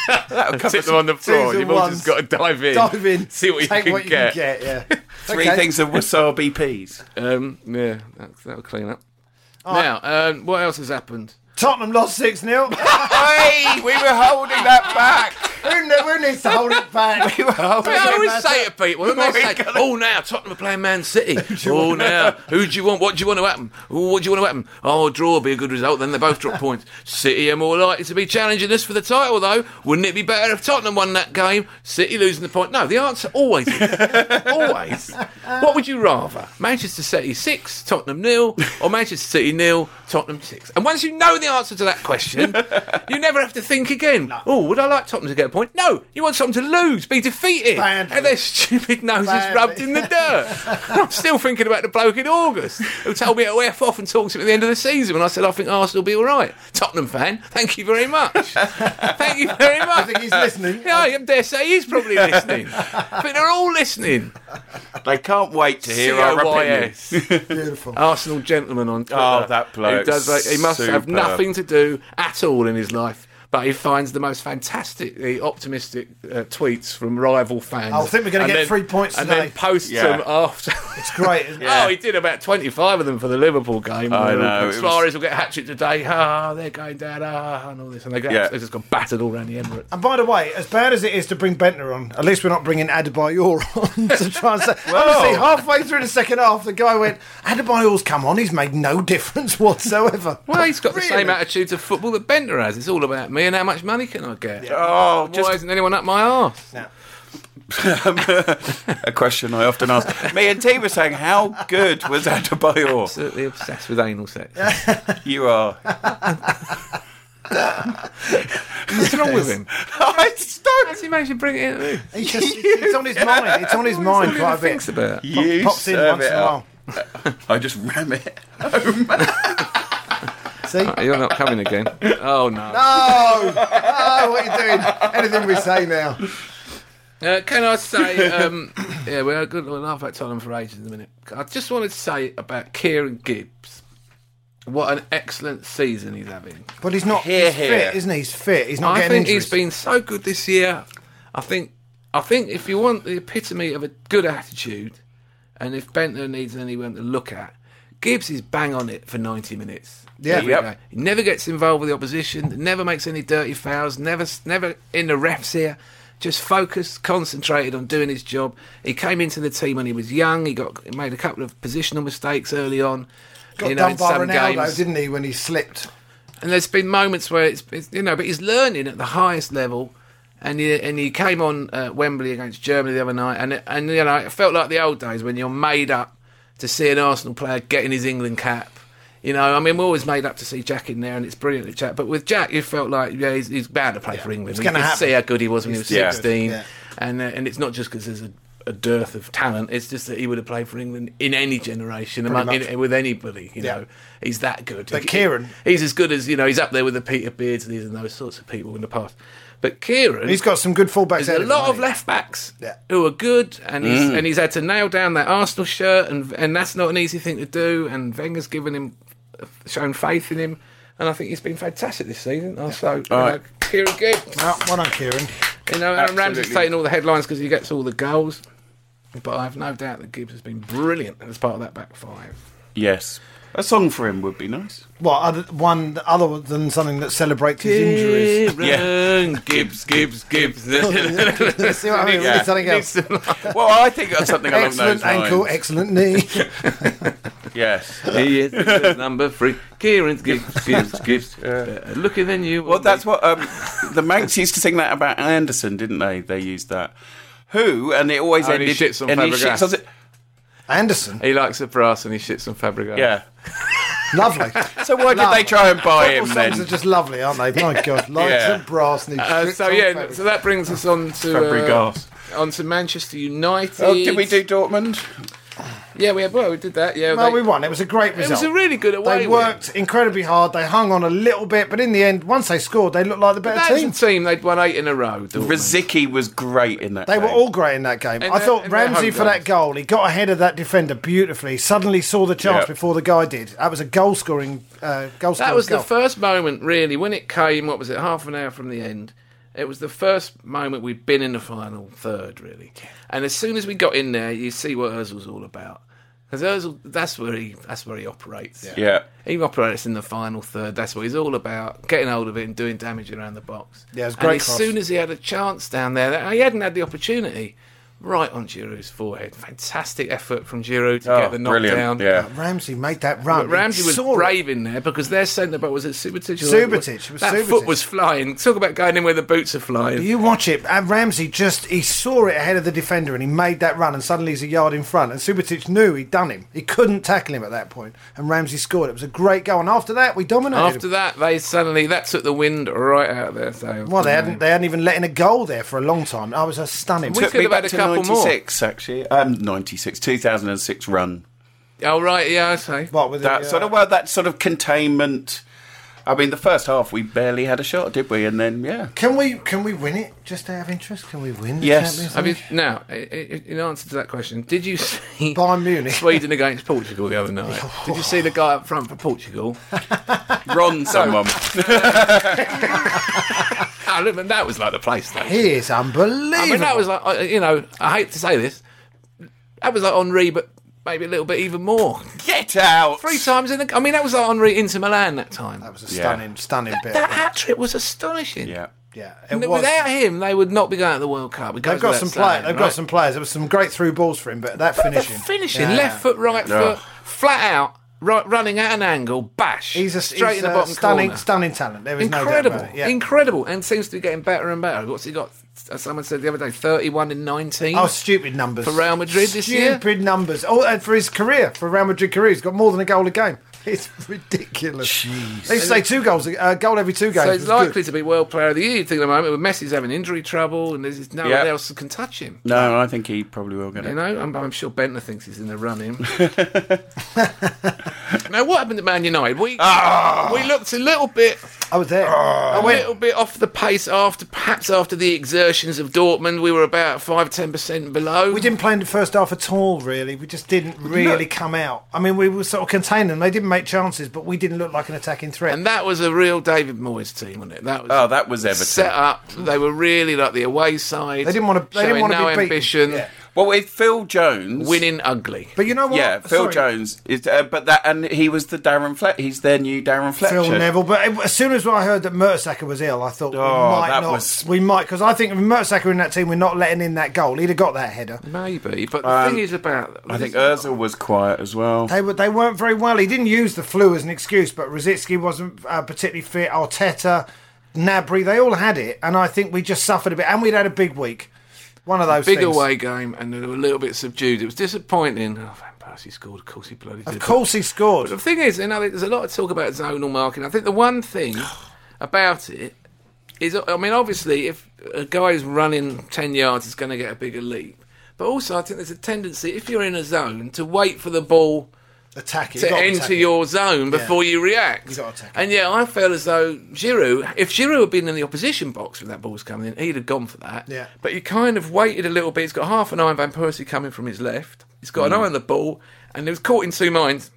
C: That'll cover
B: Sit them on the floor.
D: and
B: and You've all
D: ones.
B: just got to dive in.
D: Dive in.
B: See what you,
D: take
B: can,
D: what you
B: get.
D: can get. Yeah.
C: three
D: Okay.
C: things of wasabi peas.
B: Um, yeah, that, that'll clean up.
D: right.
B: now, um, what else has happened?
D: Tottenham lost six 0 who,
C: hey, we were holding that back.
D: kn- who needs to hold it back?
C: We were holding
B: I always
C: that
B: say to people, when they
C: we
B: say,
C: gotta-
B: "Oh, now Tottenham are playing Man City. oh, now who do you want? What do you want to happen? Oh, what do you want to happen? Oh, a draw would be a good result. Then they both drop points. City are more likely to be challenging us for the title, though. Wouldn't it be better if Tottenham won that game? City losing the point? No, the answer always, is- always. What would you rather? Manchester City six, Tottenham nil, or Manchester City nil, Tottenham six? And once you know the answer to that question, you never have to think again. Oh, would I like Tottenham to get a point? No, you want Tottenham to lose, be defeated,
D: Badly.
B: and their stupid nose is
D: Badly.
B: rubbed in the dirt. I'm still thinking about the bloke in August who told me to F off and talk to me at the end of the season when I said I think Arsenal will be all right. Tottenham fan, thank you very much. thank you very much. I
D: think he's listening.
B: Yeah, I dare say he's probably listening. but they're all listening.
C: back. They can't wait to hear our opinion.
B: COYS.
D: Beautiful.
B: Arsenal gentleman on Twitter.
C: Oh, that
B: Who
C: bloke's
B: does like, he must have
C: superb.
B: nothing to do at all in his life, but he finds the most fantastically optimistic uh, tweets from rival fans.
D: Oh, I think we're gonna
B: And
D: get
B: then-
D: three points
B: and
D: today.
B: then posts
C: Yeah.
B: them after.
D: It's great. Isn't
B: Oh, he did about 25 of them for the Liverpool game.
C: I know, it was-
B: Suarez will get a hat trick today. Ah, they're going down. Ah, and all this. And they, get,
C: Yeah.
B: they just got battered all round the Emirates.
D: And by the way, as bad as it is to bring Bentner on, at least we're not bringing Adebayor on to try and say. Honestly, halfway through the second half, the guy went, Adebayor's come on, he's made no difference whatsoever.
B: Well, he's got the same
D: Really?
B: attitude to football that Bender has. It's all about me and how much money can I get.
C: Oh,
B: Why
C: just
B: isn't anyone up my arse?
C: um, a question I often ask. Me and T were saying, how good was Adebayor?
B: Absolutely obsessed with anal sex.
C: You are.
B: What's wrong with him?
C: I just don't.
B: How does he manage to bring it in?
D: He just, it's on his mind. It's on his mind quite a bit.
B: Thinks about. it.
C: You
D: Pops in
C: serve
D: once
C: it
D: in a
C: up.
D: while.
C: I just ram it.
D: See?
B: Oh, You're not coming again. Oh no.
D: Oh, oh, what are you doing? Anything we say now.
B: Uh, can I say? Um, yeah, we're good. We'll laugh about Tottenham for ages in a minute. I just wanted to say about Kieran Gibbs. What an excellent season he's having.
D: But he's not
C: Hear,
D: he's
C: hear.
D: fit, isn't he? He's fit. He's not
B: I
D: getting
B: think
D: injuries.
B: he's been so good this year. I think I think if you want the epitome of a good attitude, and if Bentner needs anyone to look at, Gibbs is bang on it for ninety minutes.
D: Yeah.
B: Every
C: Yep.
B: day. He never gets involved with the opposition. Never makes any dirty fouls. Never never in the refs here. Just focused, concentrated on doing his job. He came into the team when he was young. He got he made a couple of positional mistakes early on.
D: Got
B: you know,
D: done
B: in
D: by
B: some
D: Ronaldo,
B: games.
D: didn't he, when he slipped?
B: And there's been moments where it's, it's you know, but he's learning at the highest level. And he, and he came on uh, Wembley against Germany the other night, and and you know it felt like the old days when you're made up to see an Arsenal player getting his England cap. You know, I mean, we're always made up to see Jack in there, and it's brilliant, Jack. But with Jack, you felt like yeah, he's, he's bound to play for England. You
D: gonna
B: could
D: happen.
B: see how good he was when he was
C: yeah.
B: 16,
D: Yeah.
B: and uh, and it's not just because there's a, a dearth of talent. It's just that he would have played for England in any generation, among,
D: much.
B: in, with anybody. You
D: Yeah.
B: know, he's that good.
D: But Kieran-
B: He's as good as you know. He's up there with the Peter Beards and these and those sorts of people in the past. But Kieran,
D: He's got some good fullbacks.
B: there's a
D: ahead him,
B: lot of
D: hasn't he?
B: left backs
D: Yeah.
B: who are good, and he's and he's had to nail down that Arsenal shirt, and and that's not an easy thing to do. And Wenger's given him, shown faith in him, and I think he's been fantastic this season. Also, you know,
C: right.
B: Kieran Gibbs,
D: Well, well done, Oh, Kieran.
B: you know, Aaron
C: Absolutely.
B: Ramsey's taking all the headlines because he gets all the goals. But I've no doubt that Gibbs has been brilliant as part of that back five.
C: Yes. A song for him would be nice.
D: What other, one other than something that celebrates his injuries?
B: Kieran Gibbs, Gibbs, Gibbs.
D: See what I mean?
C: Yeah.
D: Something else.
C: Well, I think that's something along
D: Excellent
C: those lines.
D: ankle, excellent knee.
C: Yes.
B: he is the number three. Kieran Gibbs, Gibbs, Gibbs. Better looking than you.
C: Well, that's what um, the Manx used to sing that about Anderson, didn't they? They used that. Who and it always
B: Oh, And he
C: ended.
B: shits on
C: and he
B: Fabregas.
C: shits on it.
D: Anderson,
B: He likes the brass and he shits on Fabregas.
C: Yeah.
D: lovely.
C: So why did
D: Love.
C: they try and buy
D: All
C: him
D: songs
C: then?
D: are just lovely, aren't they? My God, lights
C: Yeah.
D: and brass. And
B: Uh, so yeah, so that brings us on to uh,
C: Fabregas.
B: on to Manchester United.
C: Oh, did we do Dortmund?
B: Yeah, we had, well, we did that. Yeah,
D: Well,
B: they-
D: we won. It was a great
B: It
D: result.
B: was a really good away.
D: They
B: win.
D: worked incredibly hard. They hung on a little bit, but in the end, once they scored, they looked like the
B: That
D: better
B: was
D: team.
B: a team they'd won eight in a row. Dortmund.
C: Rizicki was great in that.
D: They were
C: game.
D: all great in that game.
B: And
D: I
B: their-
D: thought
B: and their
D: Ramsey
B: home
D: for that
B: goals.
D: goal. He got ahead of that defender beautifully. Suddenly saw the chance
C: Yeah.
D: before the guy did. That was a goal scoring uh, goal scoring.
B: That was
D: goal.
B: the first moment, really, when it came. What was it? Half an hour from the end. It was the first moment we'd been in the final third, really. And as soon as we got in there, you see what Özil's all about. Because Özil, that's where he, that's where he operates.
C: Yeah.
B: He operates in the final third. That's what he's all about: getting hold of it and doing damage around the box.
D: Yeah, it was a
B: And
D: great
B: as
D: cross.
B: soon as he had a chance down there, that- he hadn't had the opportunity. Right on Giroud's forehead. Fantastic effort from Giroud to
C: Oh,
B: get the
C: brilliant.
B: knockdown.
C: Yeah.
D: Ramsey made that run.
B: But Ramsey
D: He
B: was
D: saw it.
B: brave in there because their centre back was it Subotic. or-
D: Subotic, it was
B: that
D: Subotic.
B: foot was flying. Talk about going in where the boots are flying.
D: You watch it, and Ramsey just he saw it ahead of the defender, and he made that run, and suddenly he's a yard in front. And Subotic knew he'd done him. He couldn't tackle him at that point, and Ramsey scored. It was a great goal, and after that we dominated.
B: After that, they suddenly that took the wind right out of their sails.
D: well, they
B: didn't
D: hadn't they hadn't even let in a goal there for a long time. That was a stunning.
B: We
C: Took
B: could
C: me
B: have
C: back
B: had a
C: to
B: couple more.
C: 96, actually. Um, 96, 2006 run.
B: they? Oh right, yeah, I say.
D: What with
C: That
D: the, uh,
C: sort of, well, that sort of containment. I mean, the first half we barely had a shot, did we? And then, yeah.
D: Can we can we win it? Just out of interest, can we win? The
C: Yes.
D: Champions
B: Have you,
D: League?
B: now, i- i- in answer to that question, did you see
D: Bayern Munich.
B: Sweden against Portugal the other night? Did you see the guy up front for Portugal?
C: Ron someone.
B: Ah, look, man, that was like the place though.
D: He is unbelievable.
B: I mean, that was like, uh, you know, I hate to say this, that was like Henri, but maybe a little bit even more.
C: Get out!
B: Three times in the. I mean, that was like Henri into Milan that time.
D: That was a
C: Yeah.
D: stunning, stunning bit.
B: That hat trick was astonishing.
C: Yeah.
D: yeah, it
B: And
D: was.
B: Without him, they would not be going to the World Cup. It goes
D: They've got
B: without
D: some
B: saying,
D: play, They've got
B: right?
D: some players. There was some great through balls for him, but that
B: The
D: finishing,
B: finishing,
D: Yeah.
B: left foot, right
C: Yeah.
B: foot, flat out, right, running at an angle, bash.
D: He's a
B: straight
D: he's
B: in the
D: a
B: bottom
D: stunning,
B: corner.
D: stunning talent. There is no doubt
B: incredible,
D: about it. Yeah.
B: incredible, and seems to be getting better and better. What's he got? As someone said the other day, thirty-one in nineteen.
D: Oh, stupid numbers
B: For Real Madrid this year?
D: Stupid numbers. Oh, and for his career, for Real Madrid career, he's got more than a goal a game. It's ridiculous. They used to say two goals, a a goal every two games.
B: so he's
D: was
B: likely
D: good.
B: to be World Player of the Year. You think at the moment, with Messi's having injury trouble, and there's no
C: Yeah.
B: one else that can touch him.
C: No, I think he probably will get
B: You
C: it.
B: know, I'm, I'm sure Bentner thinks he's in the running. now, what happened at Man United? We
C: Ah!
B: we looked a little bit,
D: I was there.
B: Oh,
D: I
B: a
D: went.
B: little bit off the pace after perhaps after the exertions of Dortmund. We were about five ten percent below.
D: We didn't play in the first half at all, really. We just didn't really come out. I mean, we were sort of containing them. They didn't make chances, but we didn't look like an attacking threat.
B: and that was a real David Moyes team, wasn't it? That was
C: Oh, that was Everton.
B: set up. They were really like the away side.
D: They didn't wanna- they didn't
B: showing
D: wanna
B: no
D: be beaten.
B: ambition,
D: Yeah.
C: Well, with Phil Jones.
B: winning ugly.
D: but you know what?
C: Yeah, Phil
D: Sorry.
C: Jones is, uh, but that and he was the Darren Fletcher. He's their new Darren Fletcher.
D: Phil Neville. But it- as soon as I heard that Mertesacker was ill, I thought
C: Oh,
D: we might
C: that
D: not.
C: was-
D: We might because I think if Mertesacker in that team, we're not letting in that goal. He'd have got that header.
B: Maybe, but the thing is about
C: Um, I think Özil was quiet as well.
D: They were they weren't very well. He didn't use the flu as an excuse, but Rositsky wasn't uh, particularly fit. Arteta, Nabry, they all had it, and I think we just suffered a bit. And we'd had a big week. One of those
B: big
D: things.
B: away game and they were a little bit subdued. It was disappointing. Oh, Van Persie scored. Of course he bloody did.
D: Of course, he scored.
B: But the thing is, you know, there's a lot of talk about zonal marking. I think the one thing about it is, I mean, obviously, if a guy is running 10 yards, he's going to get a bigger leap. But also, I think there's a tendency, if you're in a zone, to wait for the ball
D: Attack it.
B: to
D: You've got
B: enter
D: attack it.
B: your zone before you react.
D: You've got to attack it.
B: and yeah, I felt as though Giroud, if Giroud had been in the opposition box when that ball was coming in, he'd have gone for that.
D: Yeah.
B: But he kind of waited a little bit. He's got half an eye on Van Persie coming from his left. He's got
D: Mm.
B: an eye on the ball, and he was caught in two minds.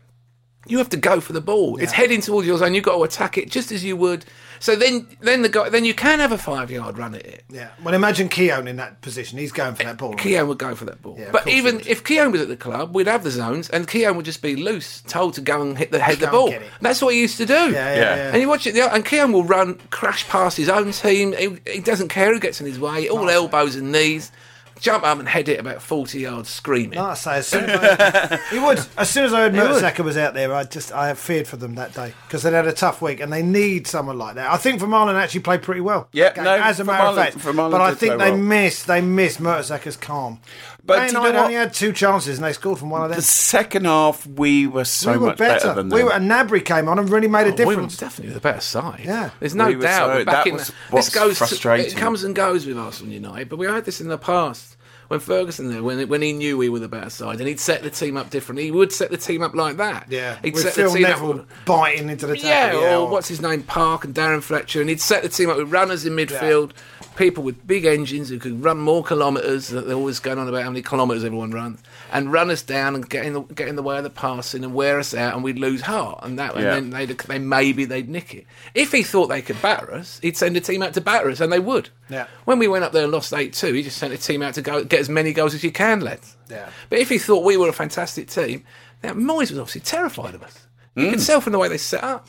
B: You have to go for the ball. It's heading towards your zone. You've got to attack it just as you would. So then, then the guy, then you can have a five yard run at it.
D: Yeah. Well, imagine Keown in that position. He's going for that ball.
B: Keown would go for that ball.
D: Yeah, of
B: but
D: course he
B: even
D: would.
B: if Keown was at the club, we'd have the zones, and Keown would just be loose, told to go and hit the head the
D: and
B: ball.
D: get it.
B: That's what he used to do.
D: Yeah, yeah, yeah.
B: And you watch it, the- and Keown will run, crash past his own team. He, he doesn't care who gets in his way. All
D: eh?
B: elbows and knees, jump up and head it about forty yards, screaming.
D: Like I say, as soon as I, he would. As soon as I heard Mertesacker was out there, I just I feared for them that day because they'd had a tough week and they need someone like that. I think Vermaelen actually played pretty well.
C: Yeah,
D: Okay,
C: no,
D: as a matter of
C: Vermaelen-
D: fact,
C: Vermaelen
D: but I
C: did
D: think
C: play
D: they
C: well.
D: missed they missed Mertesacker's calm.
C: But do
D: Man
C: you know
D: United
C: what?
D: only had two chances and they scored from one of them.
C: the second half, we were so
D: we were
C: much
D: better.
C: better, than them. Oh,
D: we were and Nabry came on and really made a
B: We were
D: difference.
B: Oh, definitely the better side.
D: Yeah.
B: there's no
C: We were
B: doubt.
C: so-
B: we're back
C: that
B: in
C: was
B: the-
C: what's
B: this goes to-
C: frustrating.
B: it comes and goes with Arsenal United, but we had this in the past. when Ferguson there, when when he knew we were the better side, and he'd set the team up differently. He would set the team up like that.
D: Yeah,
B: he'd
D: with
B: set
D: Phil
B: the team
D: Neville
B: up. with-
D: biting into the
B: yeah,
D: tackle.
B: or what's his name, Park and Darren Fletcher, and he'd set the team up with runners in midfield, people with big engines who could run more kilometres. that They're always going on about how many kilometres everyone runs, and run us down and get in the, get in the way of the passing and wear us out, and we'd lose heart. And that,
C: Yeah.
B: and then they'd, they maybe they'd nick it. If he thought they could batter us, he'd send a team out to batter us, and they would.
D: Yeah.
B: When we went up there and lost eight two, he just sent a team out to go get as many goals as you can, lads.
D: Yeah.
B: But if he thought we were a fantastic team, now Moyes was obviously terrified of us. You
D: Mm.
B: could tell from the way they set up.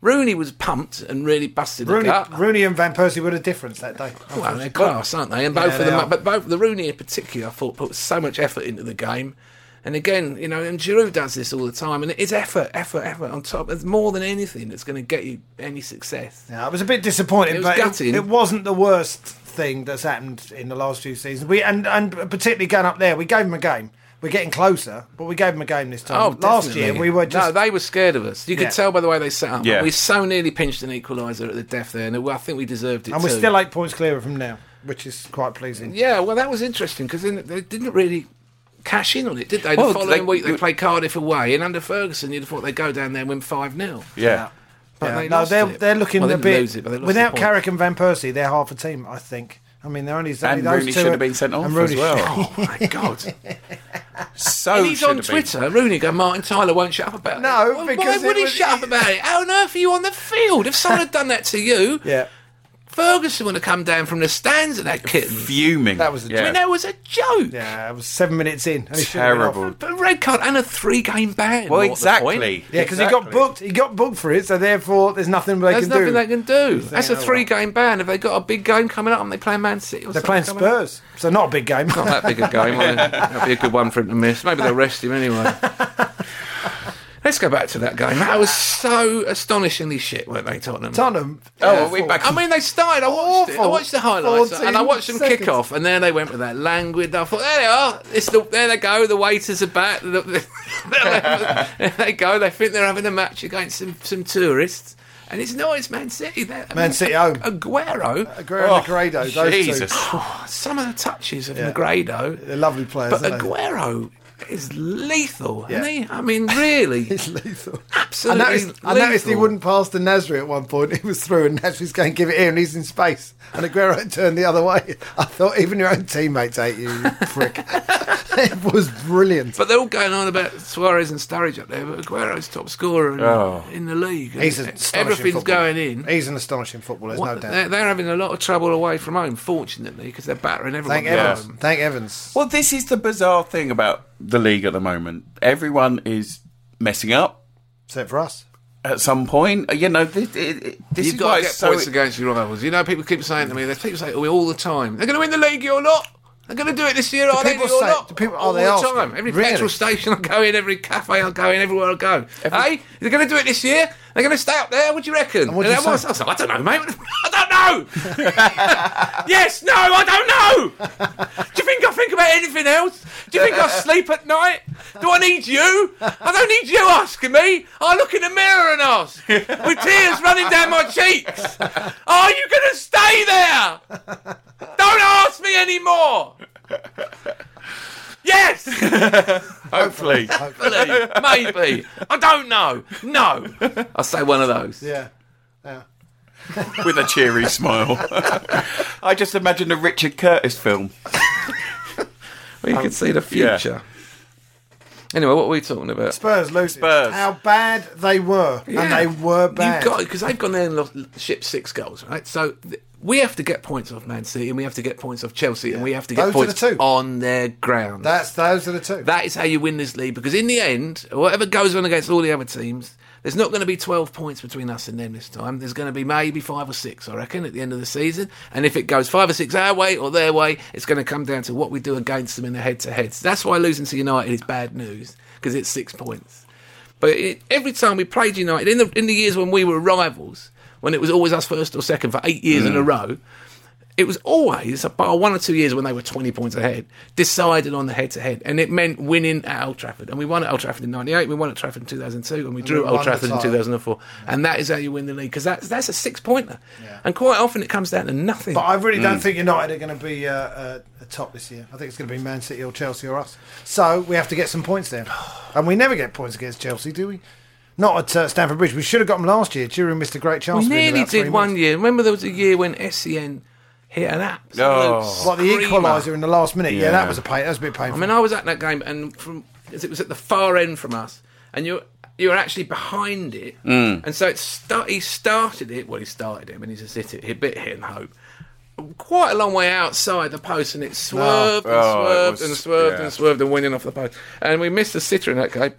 B: Rooney was pumped and really busted
D: Rooney,
B: the gut.
D: Rooney and Van Persie were the difference that day.
B: Well, they're class, aren't they? And both
D: Yeah,
B: of
D: they
B: them,
D: are.
B: but both the Rooney in particular, I thought put so much effort into the game. And again, you know, and Giroud does this all the time, and it is effort, effort, effort on top. It's more than anything that's going to get you any success.
D: Yeah, it was a bit disappointing,
B: It was
D: but it,
B: gutting.
D: it wasn't the worst thing that's happened in the last few seasons. We and and particularly going up there, we gave them a game. We're getting closer, but we gave them a game this time.
B: Oh,
D: last
B: definitely.
D: year we were just
B: no, they were scared of us. You could
D: Yeah.
B: tell by the way they set up.
C: Yeah.
B: we so nearly pinched an equaliser at the death there, and I think we deserved it.
D: and we're
B: too.
D: still eight points clearer from now, which is quite pleasing.
B: Yeah, well, that was interesting because they didn't really cash in on it, did they? The
C: Well,
B: following
C: they-
B: week they played Cardiff away, and under Ferguson, you'd have thought they'd go down there and win five 0
C: Yeah.
B: But
D: Yeah,
B: they
D: no,
B: lost
D: they're
B: it.
D: they're looking
B: Well, they
D: a
B: didn't
D: bit
B: lose it, but they lost
D: without
B: the point.
D: Carrick and Van Persie, they're half a team, I think. I mean, they're only, it's only
C: And
D: those
C: Rooney
D: two
C: should
D: are-
C: have been sent off
D: and Rooney
C: as well.
B: Oh my god!
C: So
B: and he's
C: should
B: on
C: have
B: Twitter. Rooney go, Martin Tyler won't shut up about
D: No,
B: it. Well,
D: because
B: why would
D: it
B: he
D: was-
B: shut up about it? How on earth are you on the field? If someone had done that to you,
D: Yeah,
B: Ferguson would have come down from the stands at that
C: been
B: kitten.
C: fuming.
D: That was the
B: I
C: yeah.
B: mean, that was a joke.
D: yeah, it was seven minutes in. and he should have been off.
C: terrible.
B: A red card and a three-game ban.
C: Well,
B: What the point?
C: exactly.
D: Yeah, because he got
C: Exactly.
D: booked. He got booked for it, so therefore, there's nothing they
B: There's
D: can
B: nothing
D: do.
B: they can do. That's a
D: oh, well.
B: three game ban. Have they got a big game coming up and they play Man City or
D: They're playing
B: something coming up?
D: Spurs, so not a big game.
B: Not that big a game. will they? That'd be a good one for him to miss. Maybe they'll rest him anyway. Let's go back to that game. That was so astonishingly shit, weren't they, Tottenham?
D: Tottenham.
C: Oh, are we back?
B: Uh, I mean, they started. I watched, it. I
D: Awful.
B: watched the highlights
D: 14
B: and I watched them kick
D: seconds.
B: off, and there they went with that languid. I thought, there they are. It's the, there they go. The waiters are back. The- the- there they go. They think they're having a match against some, some tourists, and it's not. It's Man City. They're- I
D: Man
B: mean,
D: City oh. home.
B: Aguero.
D: Aguero and Negredo, those
C: Oh, Jesus.
D: two.
B: Some of the touches of
D: Yeah.
B: Negredo,
D: They're lovely players.
B: but
D: aren't they?
B: Aguero is lethal,
D: Yeah.
B: isn't he? I mean, really,
D: He's lethal. I
B: absolutely.
D: noticed, I noticed he
B: lethal.
D: wouldn't pass to Nasri at one point. He was through, and Nasri's going, give it here, and he's in space. And Aguero turned the other way. I thought, even your own teammates hate you, you prick. it was brilliant.
B: But they're all going on about Suarez and Sturridge up there, but Aguero's top scorer in,
C: Oh.
B: in the league. and
D: He's an astonishing
B: Everything's
D: footballer.
B: going in.
D: He's an astonishing footballer, there's
B: What-
D: no
B: they're,
D: doubt.
B: they're having a lot of trouble away from home, fortunately, because they're battering everyone.
D: Thank
B: at
D: Evans.
B: home.
D: Thank Evans.
C: Well, this is the bizarre thing about the league at the moment. Everyone is messing up
D: Except for us.
C: at some point. Uh, You know, this, it, it, this
B: You've
C: is
B: got
C: why
B: to get
C: it's so
B: points against your rivals. You know, people keep saying to me, there's people say to me all the time, they're going to win the league, you're not. They're going to do it this year, are they?
D: people
B: You're
D: say-
B: not.
D: do people- are
B: all
D: they
B: the
D: asking?
B: time. Every
D: Really?
B: petrol station I go in, every cafe I go in, everywhere I go. Hey, they're going to do it this year. They're going to stay up there. What do you reckon?
D: what do you
B: And I was-
D: say?
B: I was like, I don't know, mate. I don't know. yes, no, I don't know. Do you think I think about anything else? Do you think I sleep at night? Do I need you? I don't need you asking me. I look in the mirror and ask, with tears running down my cheeks. Are you going to stay there? Don't ask me anymore. Yes,
C: Hopefully.
B: maybe. I don't know. No, I say one of those.
D: Yeah.
C: with a cheery smile. I just imagine a Richard Curtis film.
B: Well, you can see the future. Anyway, what are we talking about?
D: Spurs lose.
C: Spurs.
D: How bad they were. And
B: Yeah.
D: they were bad.
B: You've got because they've gone there and lost, shipped six goals, right? So th- we have to get points off Man City, and we have to get points off Chelsea, and we have to get
D: Those are the
B: points
D: two.
B: on their ground.
D: That's those are the two.
B: that is how you win this league. Because in the end, whatever goes on against all the other teams, there's not going to be 12 points between us and them this time. There's going to be maybe five or six, I reckon, at the end of the season. And if it goes five or six our way or their way, it's going to come down to what we do against them in the head-to-heads. That's why losing to United is bad news because it's six points. But it, every time we played United
D: Mm.
B: in the in the years when we were rivals, when it was always us first or second for eight years in a row, it was always, about one or two years when they were 20 points ahead, decided on the head to head. And it meant winning at Old Trafford. And we won at Old Trafford in 98, we won at Trafford in 2002, and we drew
D: we
B: at Old
D: won the
B: Trafford in
D: title.
B: 2004. And that is how you win the league, because that's, that's a six pointer. And quite often it comes down to nothing.
D: But I really
B: Mm.
D: don't think United are going to be uh, uh, top this year. I think it's going to be Man City or Chelsea or us. So we have to get some points there. And we never get points against Chelsea, do we? Not at uh, Stamford Bridge. We should have got them last year. Giroud missed a great chance.
B: we
D: for them
B: nearly
D: about three
B: did one
D: minutes.
B: year. Remember there was a year when SEN hit an absolute
C: Oh.
D: Like the
B: screamer.
D: equaliser in the last minute. Yeah,
C: Yeah.
D: that was a pain. That was a bit painful.
B: I mean, I was at that game, and from 'cause it was at the far end from us, and you're you're actually behind it, and so it start, he started it. Well, he started it. I mean, he's just hit it, hit bit hit and hope. Quite a long way outside the post, and it swerved and
C: Oh, it
B: swerved and
C: was-
B: swerved
C: yeah.
B: and swerved and winding off the post. And we missed the sitter in that game.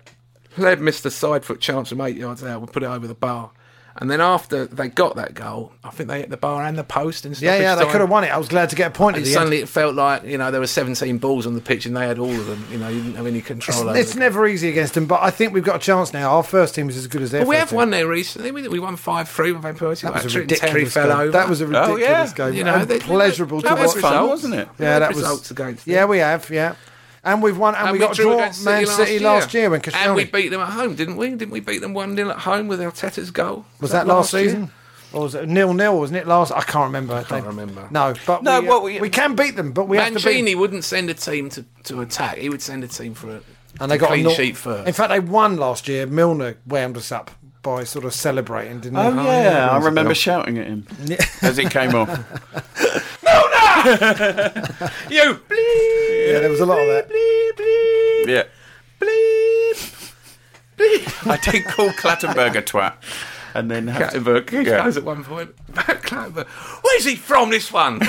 B: Pleb missed a side foot chance from eight yards out. We put it over the bar. And then after they got that goal, I think they hit the bar and the post and stuff.
D: yeah, yeah, they could have won it. I was glad to get a point at
B: And
D: the end.
B: suddenly it felt like you know there were 17 balls on the pitch and they had all of them. You know you didn't have any control over.
D: It's
B: them.
D: never easy against them, but I think we've got a chance now. Our first team is as good as their
B: But we
D: first
B: have
D: team.
B: won there recently. We, we won five three with Van Persie.
D: That
B: like,
D: was a
B: Trent Terry
D: ridiculous
B: fell
D: game.
B: over. Oh,
D: That was a
C: yeah.
D: ridiculous game.
B: You know, they-
D: pleasurable
B: that
D: to
B: was
D: watch.
C: That's fun,
B: results.
C: wasn't it?
D: Yeah, that
B: Good
D: was
B: results against them.
D: Yeah, we have. Yeah, and we've won, and, we, got a
B: drew
D: draw
B: against
D: Man City last year, when
B: and we
D: Kashani
B: beat them at home, didn't we? Didn't we beat them one 0 at home with Arteta's goal?
D: was that last season. Or was it nil nil? Wasn't it last? I can't remember. I can't
B: remember.
D: No, but
C: No,
D: we, uh,
C: well,
D: we,
C: we-
D: can beat them, but we have to
B: Mancini
D: beat.
B: wouldn't send a team to, to attack. He would send a team for a
D: And they got a
B: clean
D: nil-
B: sheet first.
D: In fact, they won last year. Milner wound us up by sort of celebrating, didn't
C: Oh,
D: they?
C: yeah, I
D: Rings a
C: remember
D: bell.
C: shouting at him as it came off.
B: you bleep,
D: Yeah, there was a lot of that.
B: bleep, bleep,
C: Yeah,
B: bleep.
C: I did call Clattenburg a twat, and then have to-
B: Clattenburg, he
C: Yeah.
B: goes at one point. Clattenburg, where's he from? This one.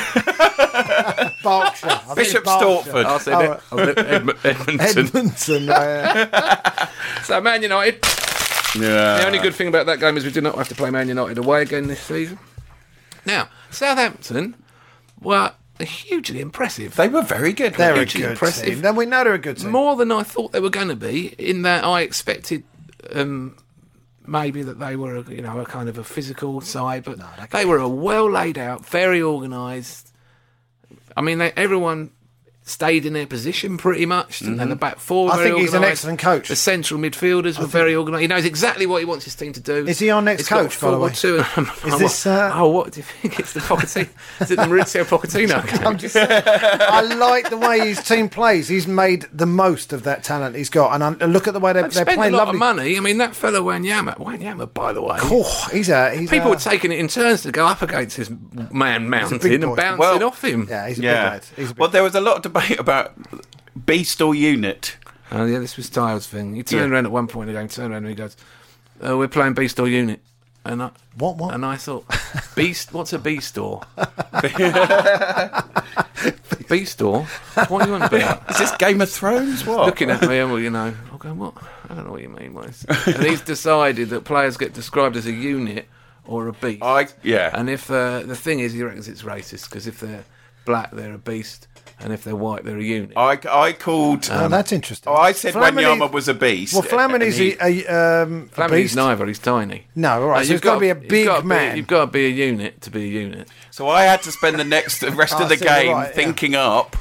D: Berkshire. I think
C: Bishop
D: Berkshire.
C: Stortford.
B: I said
D: Oh,
B: Ed- Edmund- Edmonton.
D: Edmonton. yeah.
B: So Man United.
C: Yeah.
B: The only good thing about that game is we do not have to play Man United away again this season. Now, Southampton were hugely impressive.
C: They were very good.
D: they're a
C: weren't
B: Hugely
D: good
B: impressive.
D: team. Then we know they're a good team.
B: More than I thought they were going to be, in that I expected um, maybe that they were, you know, a kind of a physical side, but they were a well laid out, very organised. I mean, they, everyone stayed in their position pretty much, didn't they? The back four.
D: Mm-hmm. I
B: very
D: think he's an
B: organised.
D: excellent coach.
B: The central midfielders were very organised. He knows exactly what he wants his team to do.
D: Is he our next
B: He's got
D: coach, by the way?
B: forward Two and,
D: Is this, uh,
B: Oh, what do you think? It's the Pochettino. is it the Maurizio Pochettino?
D: I'm just saying, I like the way his team plays. He's made the most of that talent he's got, and I, look at the way they're,
B: They've
D: they're
B: spent a lot
D: playing. lovely.
B: of money. I mean, that fellow Wanyama, Wanyama, by the way.
D: Oh, he's a he's
B: People
D: a,
B: were taking it in turns to go up against this man mountain
D: boy.
B: and bouncing
C: Well-
B: off him.
D: yeah, he's a
C: Yeah.
D: big lad. He's a big
C: well, there was a lot of debate about beast or unit.
B: Oh, yeah, this was Tiles' thing. He turned
C: Yeah.
B: around at one point in the game, turned around and he goes, oh, We're playing Beast or Unit. And I,
D: What, what?
B: And I thought, Beast, what's a Beast or? beast or? What do you want about?
C: Is this Game of Thrones? What?
B: looking at me and well, you know, I'll go, what? I don't know what you mean by this. And he's decided that players get described as a unit or a beast.
C: I yeah.
B: And if uh, the thing is, he reckons it's racist because if they're black, they're a beast, and if they're white, they're a unit.
C: I, I called.
D: oh, that's interesting.
C: oh, I said
D: Flamini-
C: Wanyama was a beast.
D: Well, Flamini's
C: and he-
D: a, a um, a
B: Flamini's
D: beast.
B: neither. He's tiny.
D: No, all
B: Uh,
D: right. so
B: you've
D: it's got to be a
B: you've
D: big
B: gotta be-
D: man.
B: you've got to be a unit to be a unit.
C: So I had to spend the next the rest
D: Oh, I
C: of the
D: see, you're
C: game
D: right, yeah.
C: thinking up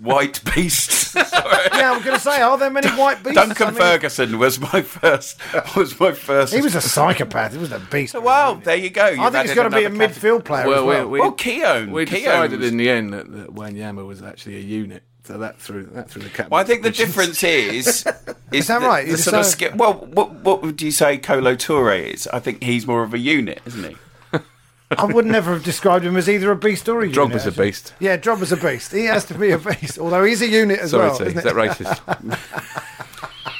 C: white beasts. Sorry.
D: yeah, I'm going to say, are there many white beasts?
C: Duncan
D: I mean,
C: Ferguson was my first. Was my first.
D: He was a psychopath. He was a beast.
C: Well, there you go.
D: I think it's got to be a midfield player as well.
C: Well, Keown.
B: we
C: Keown
B: decided
C: was-
B: in the end that, that Wanyama was actually a unit, so that threw that threw the cap.
C: Well, I think the difference is. Is
D: that
C: the-
D: right?
C: the
D: Is
C: sort of
D: that-
C: skill- well, what, what would you say Colo Touré is? I think he's more of a unit, isn't he?
D: I would never have described him as either a beast or a unit.
B: Drogba's a
D: actually.
B: beast.
D: Yeah, Drogba's a beast. He has to be a beast, although he's a unit as
B: Sorry,
D: well.
B: T,
D: isn't
B: is
D: it?
B: that racist?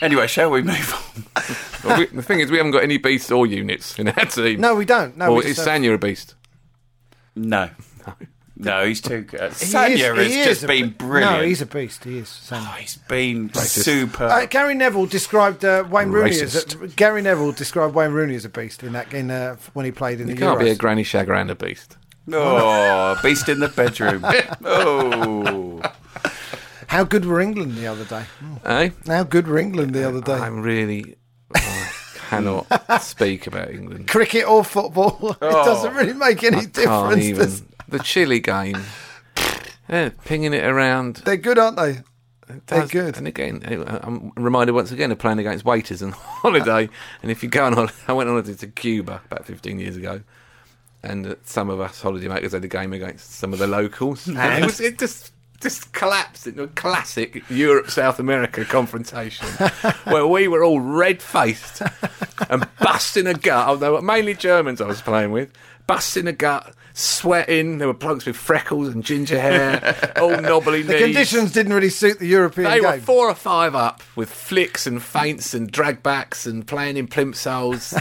C: Anyway, shall we move on?
B: Well, we, the thing is, we haven't got any beasts or units in our team.
D: No, we don't. No,
B: or
D: we
B: is
D: just uh, don't.
B: Sanya a beast?
C: No. No, he's too good.
D: He
C: Sanya
D: is- he
C: has
D: is
C: just
D: a
C: been
D: be-
C: brilliant. Oh,
D: No, he's a beast. He is. Sanya.
C: he's been super.
D: Uh, Gary Neville described uh, Wayne Rooney as a,
B: Oh, Racist.
D: Gary Neville described Wayne Rooney as a beast in that in, uh, when he played in
B: You
D: the
B: can't be a
D: Euros.
B: granny shagger and a beast.
C: oh, beast in the bedroom. Oh.
D: How good were England the other day? Hmm,
B: Eh?
D: How good were England the other day?
B: I'm really. I cannot speak about England.
D: Cricket or football, it doesn't really make any
B: Oh, Can't
D: difference.
B: even.
D: does-
B: the Chile game. Yeah, pinging it around.
D: They're good, aren't they? They're
B: does.
D: good.
B: And again, I- I'm reminded once again of playing against waiters on holiday. and if you go on holiday, I went on holiday to Cuba about 15 years ago. And uh, some of us holidaymakers had a game against some of the locals. And, it, was, it just just collapsed into a classic Europe South America confrontation where we were all red faced and busting a gut. Although they were mainly Germans I was playing with, busting a gut. Sweating, there were blokes with freckles and ginger hair, all knobbly
D: The conditions didn't really suit the European
B: they were
D: game.
B: four or five up with flicks and feints and dragbacks and playing in plimsolls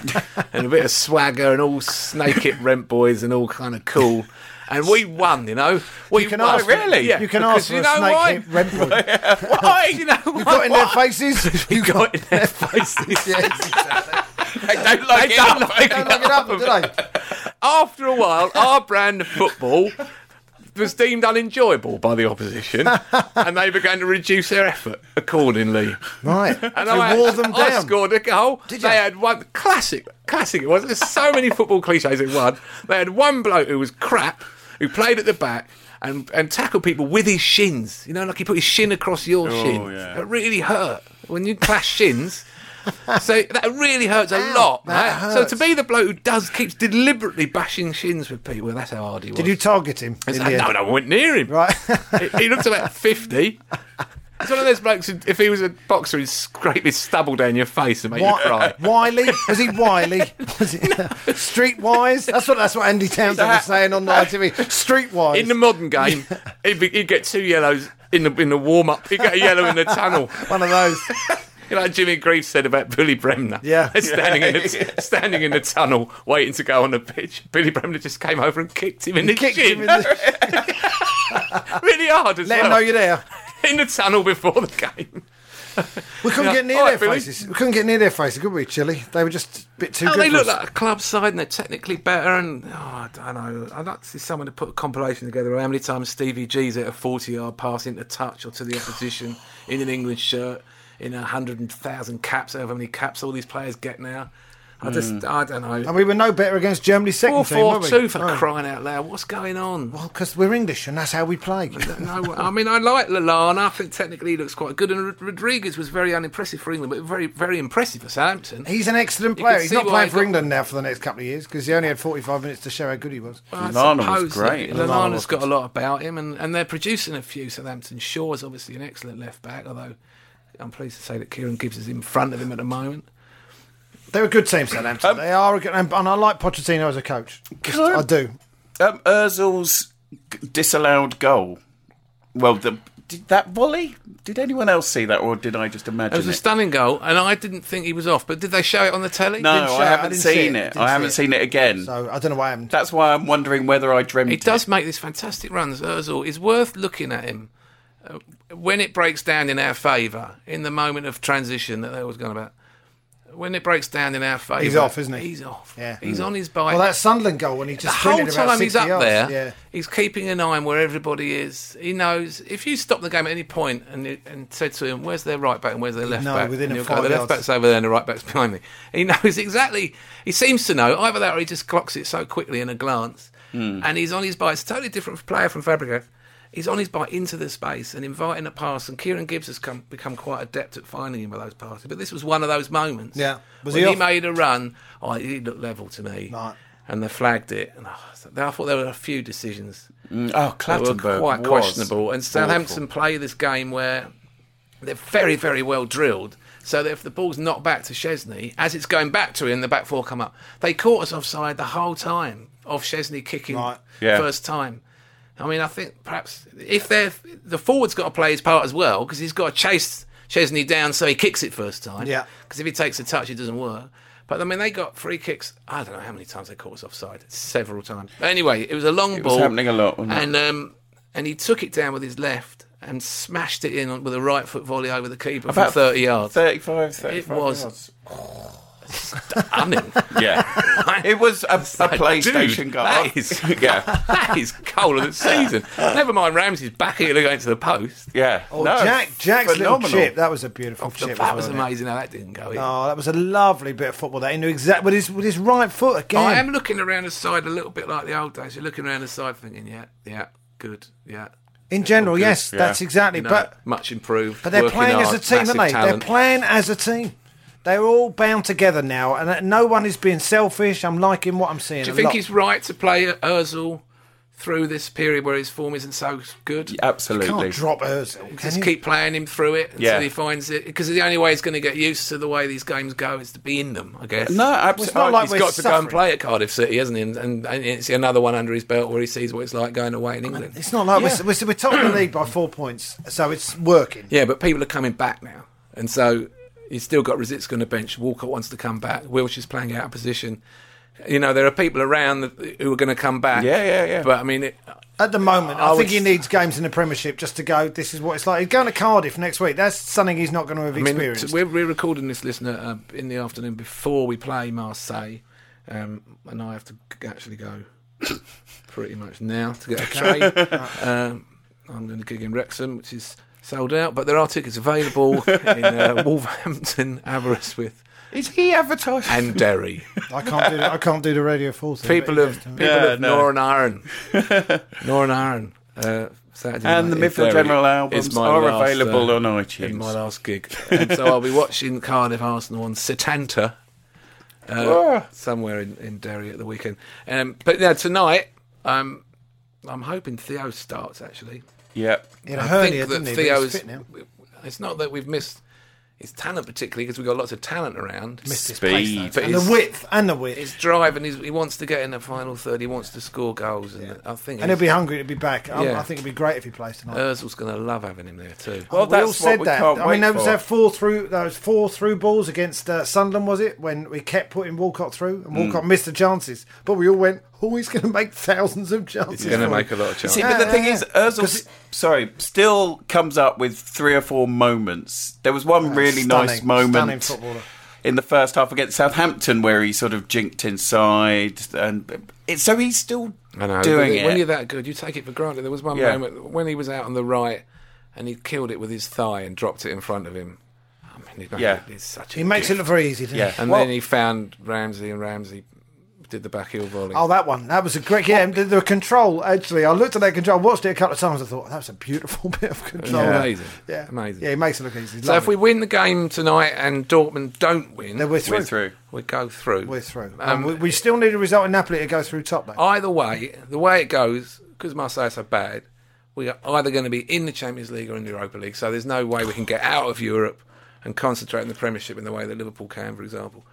B: and a bit of swagger and all snake it rent boys and all kind of cool. And we won, you know. We
D: you can
B: won.
D: ask You can
B: because
D: ask for
B: you
D: a
B: know
D: snake
B: why?
D: hit rent boy.
B: Why? You know
D: You got in their faces.
B: You got in their faces.
D: yes, exactly.
B: They don't like it up. They
D: Don't look it up, do they?
B: After a while, our brand of football was deemed unenjoyable by the opposition, and they began to reduce their effort accordingly.
D: Right.
B: And
D: so
B: I,
D: wore them
B: I
D: down.
B: scored a goal. They had one classic, classic. It was. There's so many football cliches in one. They had one bloke who was crap, who played at the back and and tackled people with his shins. You know, like he put his shin across your shin.
C: yeah.
B: It really hurt when you clash shins. So that really hurts a lot,
D: that
B: right? So
D: hurts.
B: to be the bloke who does keeps deliberately bashing shins with people, that's how hard he was.
D: Did you target him?
B: It's
D: in
B: like,
D: the
B: no,
D: end?
B: no, I went near him.
D: Right.
B: He- he looks about 50. It's one of those blokes, who, if he was a boxer, he'd scrape his stubble down your face and make you
D: Wi-
B: cry.
D: Wiley? Was he Wiley? Was he Streetwise? That's what that's what Andy Townsend was saying on live TV. Streetwise.
B: In the modern game, he'd, be, he'd get two yellows in the, in the warm up, he'd get a yellow in the tunnel.
D: one of those.
B: You know, like Jimmy Greaves said about Billy Bremner.
D: Yeah.
B: Standing, in the, standing in the tunnel, waiting to go on the pitch. Billy Bremner just came over and kicked him in the
D: Kicked
B: shin.
D: him in the,
B: really hard as
D: let him know
B: well.
D: you're there.
B: in the tunnel before the game.
D: We couldn't
B: Yeah.
D: get near
B: All right,
D: their
B: Billy.
D: faces. We couldn't get near their faces, could we, Chili? They were just a bit too
B: No,
D: good.
B: Oh, they
D: for
B: look
D: us.
B: like a club side and they're technically better. And oh, I don't know. I'd like to see someone to put a compilation together of how many times Stevie G's at a 40 yard pass into touch or to the opposition in an England shirt, in a 100,000 caps, however many caps all these players get now. I
D: Hmm.
B: just, I don't know.
D: and we were no better against Germany's
B: 4
D: second team, were
B: 4
D: we?
B: 2 for crying out loud. What's going on?
D: Because we're English and that's how we play.
B: No, I mean, I like Lallana. I think technically he looks quite good. And Rod- Rodriguez was very unimpressive for England, but very, very impressive for Southampton.
D: He's an excellent
B: You
D: player.
B: can
D: He's
B: see
D: not
B: why
D: playing
B: he
D: for
B: got-
D: England now for the next couple of years because he only had 45 minutes to show how good he was.
B: I
C: Lallana was
B: suppose
C: great.
B: that
D: Lallana
B: Lallana's
D: was
B: got a lot about him, and, and they're producing a few. Southampton Shaw is obviously an excellent left back, although I'm pleased to say that Kieran Gibbs is in front of him at the moment.
D: They're a good team, Southampton.
B: Um,
D: they are a good, and, and I like Pochettino as a coach. Just,
C: I-
D: I do.
C: Um, Özil's g- disallowed goal. Well, the, did that volley? Did anyone else see that, or did I just
B: It
C: imagine
B: was a stunning goal, and I didn't think he was off. But did they show it on the telly?
C: no,
D: didn't show
C: I
D: it. I
C: haven't
D: didn't see
C: seen
D: it.
C: it.
D: Didn't
C: I
D: see
C: haven't
D: it.
C: seen it again.
D: So I don't know why I haven't.
C: That's why I'm wondering whether I dreamt
B: He
C: it.
B: does make these fantastic runs. Özil is worth looking at him Uh, when it breaks down in our favour in the moment of transition that they was going about. When it breaks down in our favour,
D: He's off, isn't he?
B: He's off.
D: Yeah.
B: he's
C: Mm.
B: on his bike.
D: well, that Sunderland goal when he
B: the
D: just
B: whole
D: printed about
B: time he's
D: 60
B: up
D: yards.
B: there,
D: Yeah.
B: he's keeping an eye on where everybody is. He knows if you stop the game at any point and and said to him, "Where's their right back and where's their left
D: know
B: back?"
D: within
B: and
D: a
B: he'll go,
D: five
B: "The left
D: yards."
B: back's over there and the right back's behind me." He knows exactly. He seems to know either that or he just clocks it so quickly in a glance. And he's on his bike. It's a totally different player from Fabregas. He's on his bike into the space and inviting a pass. And Kieran Gibbs has come, become quite adept at finding him with those passes. But this was one of those moments.
D: Yeah. Was
B: when
D: he
B: he,
D: off?
B: made a run, oh, he looked level to me
D: Right.
B: and they flagged it. And oh, so I thought there were a few decisions
C: Oh,
B: that were
C: Clattenburg
B: quite
C: was
B: questionable. And Southampton
C: awful.
B: play this game where they're very, very well drilled. So that if the ball's not back to Chesney, as it's going back to him, the back four come up. They caught us offside the whole time off Chesney kicking
D: Right.
C: Yeah.
B: first time. I mean, I think perhaps if they're the forward's got to play his part as well because he's got to chase Chesney down so he kicks it first time.
D: Yeah.
B: Because if he takes a touch, it doesn't work. But I mean, they got free kicks. I don't know how many times they caught us offside. Several times. But anyway, it was a long
C: was
B: ball.
C: happening a lot, wasn't it?
B: And um, and he took it down with his left and smashed it in on- with a right foot volley over the keeper for
C: About
B: thirty yards.
C: 35, 35
B: It was
C: yards.
B: stunning.
C: Yeah, it was a, a PlayStation
B: Dude,
C: goal.
B: that is-
C: yeah,
B: that is cold of the season. Never mind Ramsey's back heel against the post.
C: yeah.
D: Oh,
C: No,
D: Jack, Jack's
C: phenomenal.
D: little chip. That was a beautiful chip.
B: That
D: as
B: was
D: well, wasn't it?
B: amazing how that didn't go in.
D: Oh, that was a lovely bit of football. That he knew exactly with his with his right foot again.
B: I am looking around the side a little bit like the old days. You're looking around the side thinking, yeah, yeah, good, yeah.
D: In general, yes,
C: yeah.
D: that's exactly.
B: You know,
D: but
B: much improved.
D: but they're
B: working
D: playing as
B: hard,
D: a team, aren't
B: massive
D: they?
B: talent.
D: They're playing as a team. They're all bound together now, and uh, no one is being selfish. I'm liking what I'm seeing.
B: Do you
D: a
B: think
D: lot.
B: he's right to play Özil through this period where his form isn't so good?
C: absolutely.
D: can't drop Ozil? Can
B: Just
D: you?
B: keep playing him through it until
C: Yeah.
B: he finds it. Because the only way he's going to get used to the way these games go is to be in them, I guess.
C: No,
D: it's
C: absolutely.
D: not like
B: oh, He's got to go
D: suffering.
B: and play at Cardiff City, hasn't he? And, and, and it's another one under his belt where he sees what it's like going away in England.
D: It's not like we're, we're, we're top of the league by four points, so it's working.
B: Yeah, but people are coming back now, and so you've still got Rosicka on the bench. Walcott wants to come back. Wilshire's playing out of position. You know, there are people around that, who are going to come back.
C: Yeah, yeah, yeah.
B: But I mean, it,
D: At the moment,
B: I
D: I,
B: would
D: think he
B: s-
D: needs games in the Premiership just to go. This is what it's like. He's going to Cardiff next week. That's something he's not going to have
B: I mean,
D: experienced.
B: t- we're, we're recording this listener uh, in the afternoon before we play Marseille, um, and I have to g- actually go pretty much now to get a train. um, I'm going to gig in Wrexham, which is sold out, but there are tickets available in uh, Wolverhampton, Aberystwyth,
C: Is he advertising?
B: and Derry.
D: I can't do. The, I can't do the Radio Four. Thing,
B: People
D: but-
B: of people
C: Yeah,
B: of
C: no.
B: Northern Ireland, Northern Ireland. Uh, Saturday
C: And
B: night
C: the
B: in
C: Midfield
B: Derry
C: General
B: is
C: albums
B: my
C: are
B: last,
C: available
B: uh,
C: on
B: in my
C: iTunes.
B: last gig. And so I'll be watching Cardiff Arsenal on Setanta uh,
D: Ah.
B: somewhere in, in Derry at the weekend. Um, but yeah, tonight um, I'm hoping Theo starts actually.
C: Yeah.
D: He had a
B: I
D: hernia,
B: think that
D: didn't he? But he's
B: Theo's.
D: fit now.
B: It's not that we've missed his talent particularly because we've got lots of talent around.
D: Missed his
C: Speed.
D: place, though.
B: But
D: and
B: he's-
D: the width and the width.
B: His drive and his, he wants to get in the final third. He wants to score goals, and I think
D: And he'll be hungry to be back. Um,
B: Yeah. Uh,
D: I think it'd be great if he plays tonight.
B: Özil's going to love having him there too.
C: Well,
D: we
C: that's
D: all said
C: what we
D: that.
C: can't
D: I mean,
C: wait
D: there was
C: for.
D: that four through. Those four through balls against uh, Sunderland, was it? When we kept putting Walcott through, and
B: Mm.
D: Walcott missed the chances, but we all went, "Oh, he's going to make thousands of chances."
B: He's going to
D: for
B: make a
D: him."
B: lot of
C: See,
B: chances.
D: Yeah,
C: but the
D: yeah,
C: thing
D: yeah.
C: is, Özil,
D: 'Cause-
C: s- sorry, still comes up with three or four moments. There was one really
D: Stunning,
C: nice
D: stunning
C: moment
D: footballer.
C: in the first half against Southampton where he sort of jinked inside, and it, so he's still
B: I know.
C: doing
B: but
C: it.
B: When you're that good, you take it for granted. There was one
C: Yeah.
B: moment when he was out on the right and he killed it with his thigh and dropped it in front of him. I mean, he
C: Yeah.
B: it's such a
D: He makes it
B: gift.
D: look very easy. Doesn't
C: Yeah.
D: he?
B: And
C: Well-
B: then he found Ramsey, and Ramsey did the back heel volley.
D: Oh, that one. That was a great. Yeah, the, the control. Actually, I looked at that control. Watched it a couple of times. I thought that was a beautiful bit of
B: It's
D: control.
B: amazing.
D: Yeah,
B: Amazing.
D: Yeah, he makes it look easy.
B: so if we win the game tonight and Dortmund don't win,
D: then we're through.
C: We're through.
B: we go through.
D: We're through.
B: Um, Oh,
D: Um, we, we still need a result in Napoli to go through top. Though.
B: Either way, the way it goes, because Marseille are so bad, we are either going to be in the Champions League or in the Europa League. So there's no way we can get out of Europe and concentrate on the Premiership in the way that Liverpool can, for example,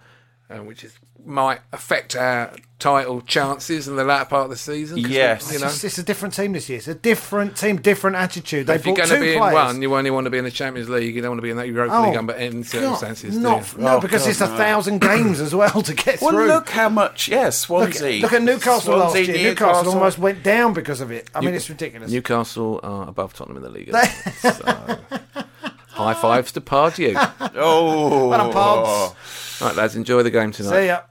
B: um, which is might affect our title chances in the latter part of the season. 'cause we-
C: Yes.
B: you know,
D: It's, it's a different team this year. It's a different team, different attitude. They
B: if you're
D: brought
B: going
D: two
B: to be
D: players. Oh,
B: in one, you only want to be in the Champions League. You don't want to be in that Europa League under any circumstances. Oh, do
D: not,
B: you?
D: no, because it's a thousand games as well to get
C: Well,
D: through.
C: look how much. Yes,
D: look,
C: Swansea.
D: look at Newcastle last year.
C: Swansea,
D: Newcastle, almost went down because of it. I mean,
B: New-
D: it's ridiculous.
B: Newcastle are above Tottenham in the league. so, high fives to Pardew.
C: Oh,
D: Well done, Pods.
B: Oh. Right, lads, enjoy the game tonight.
D: See ya.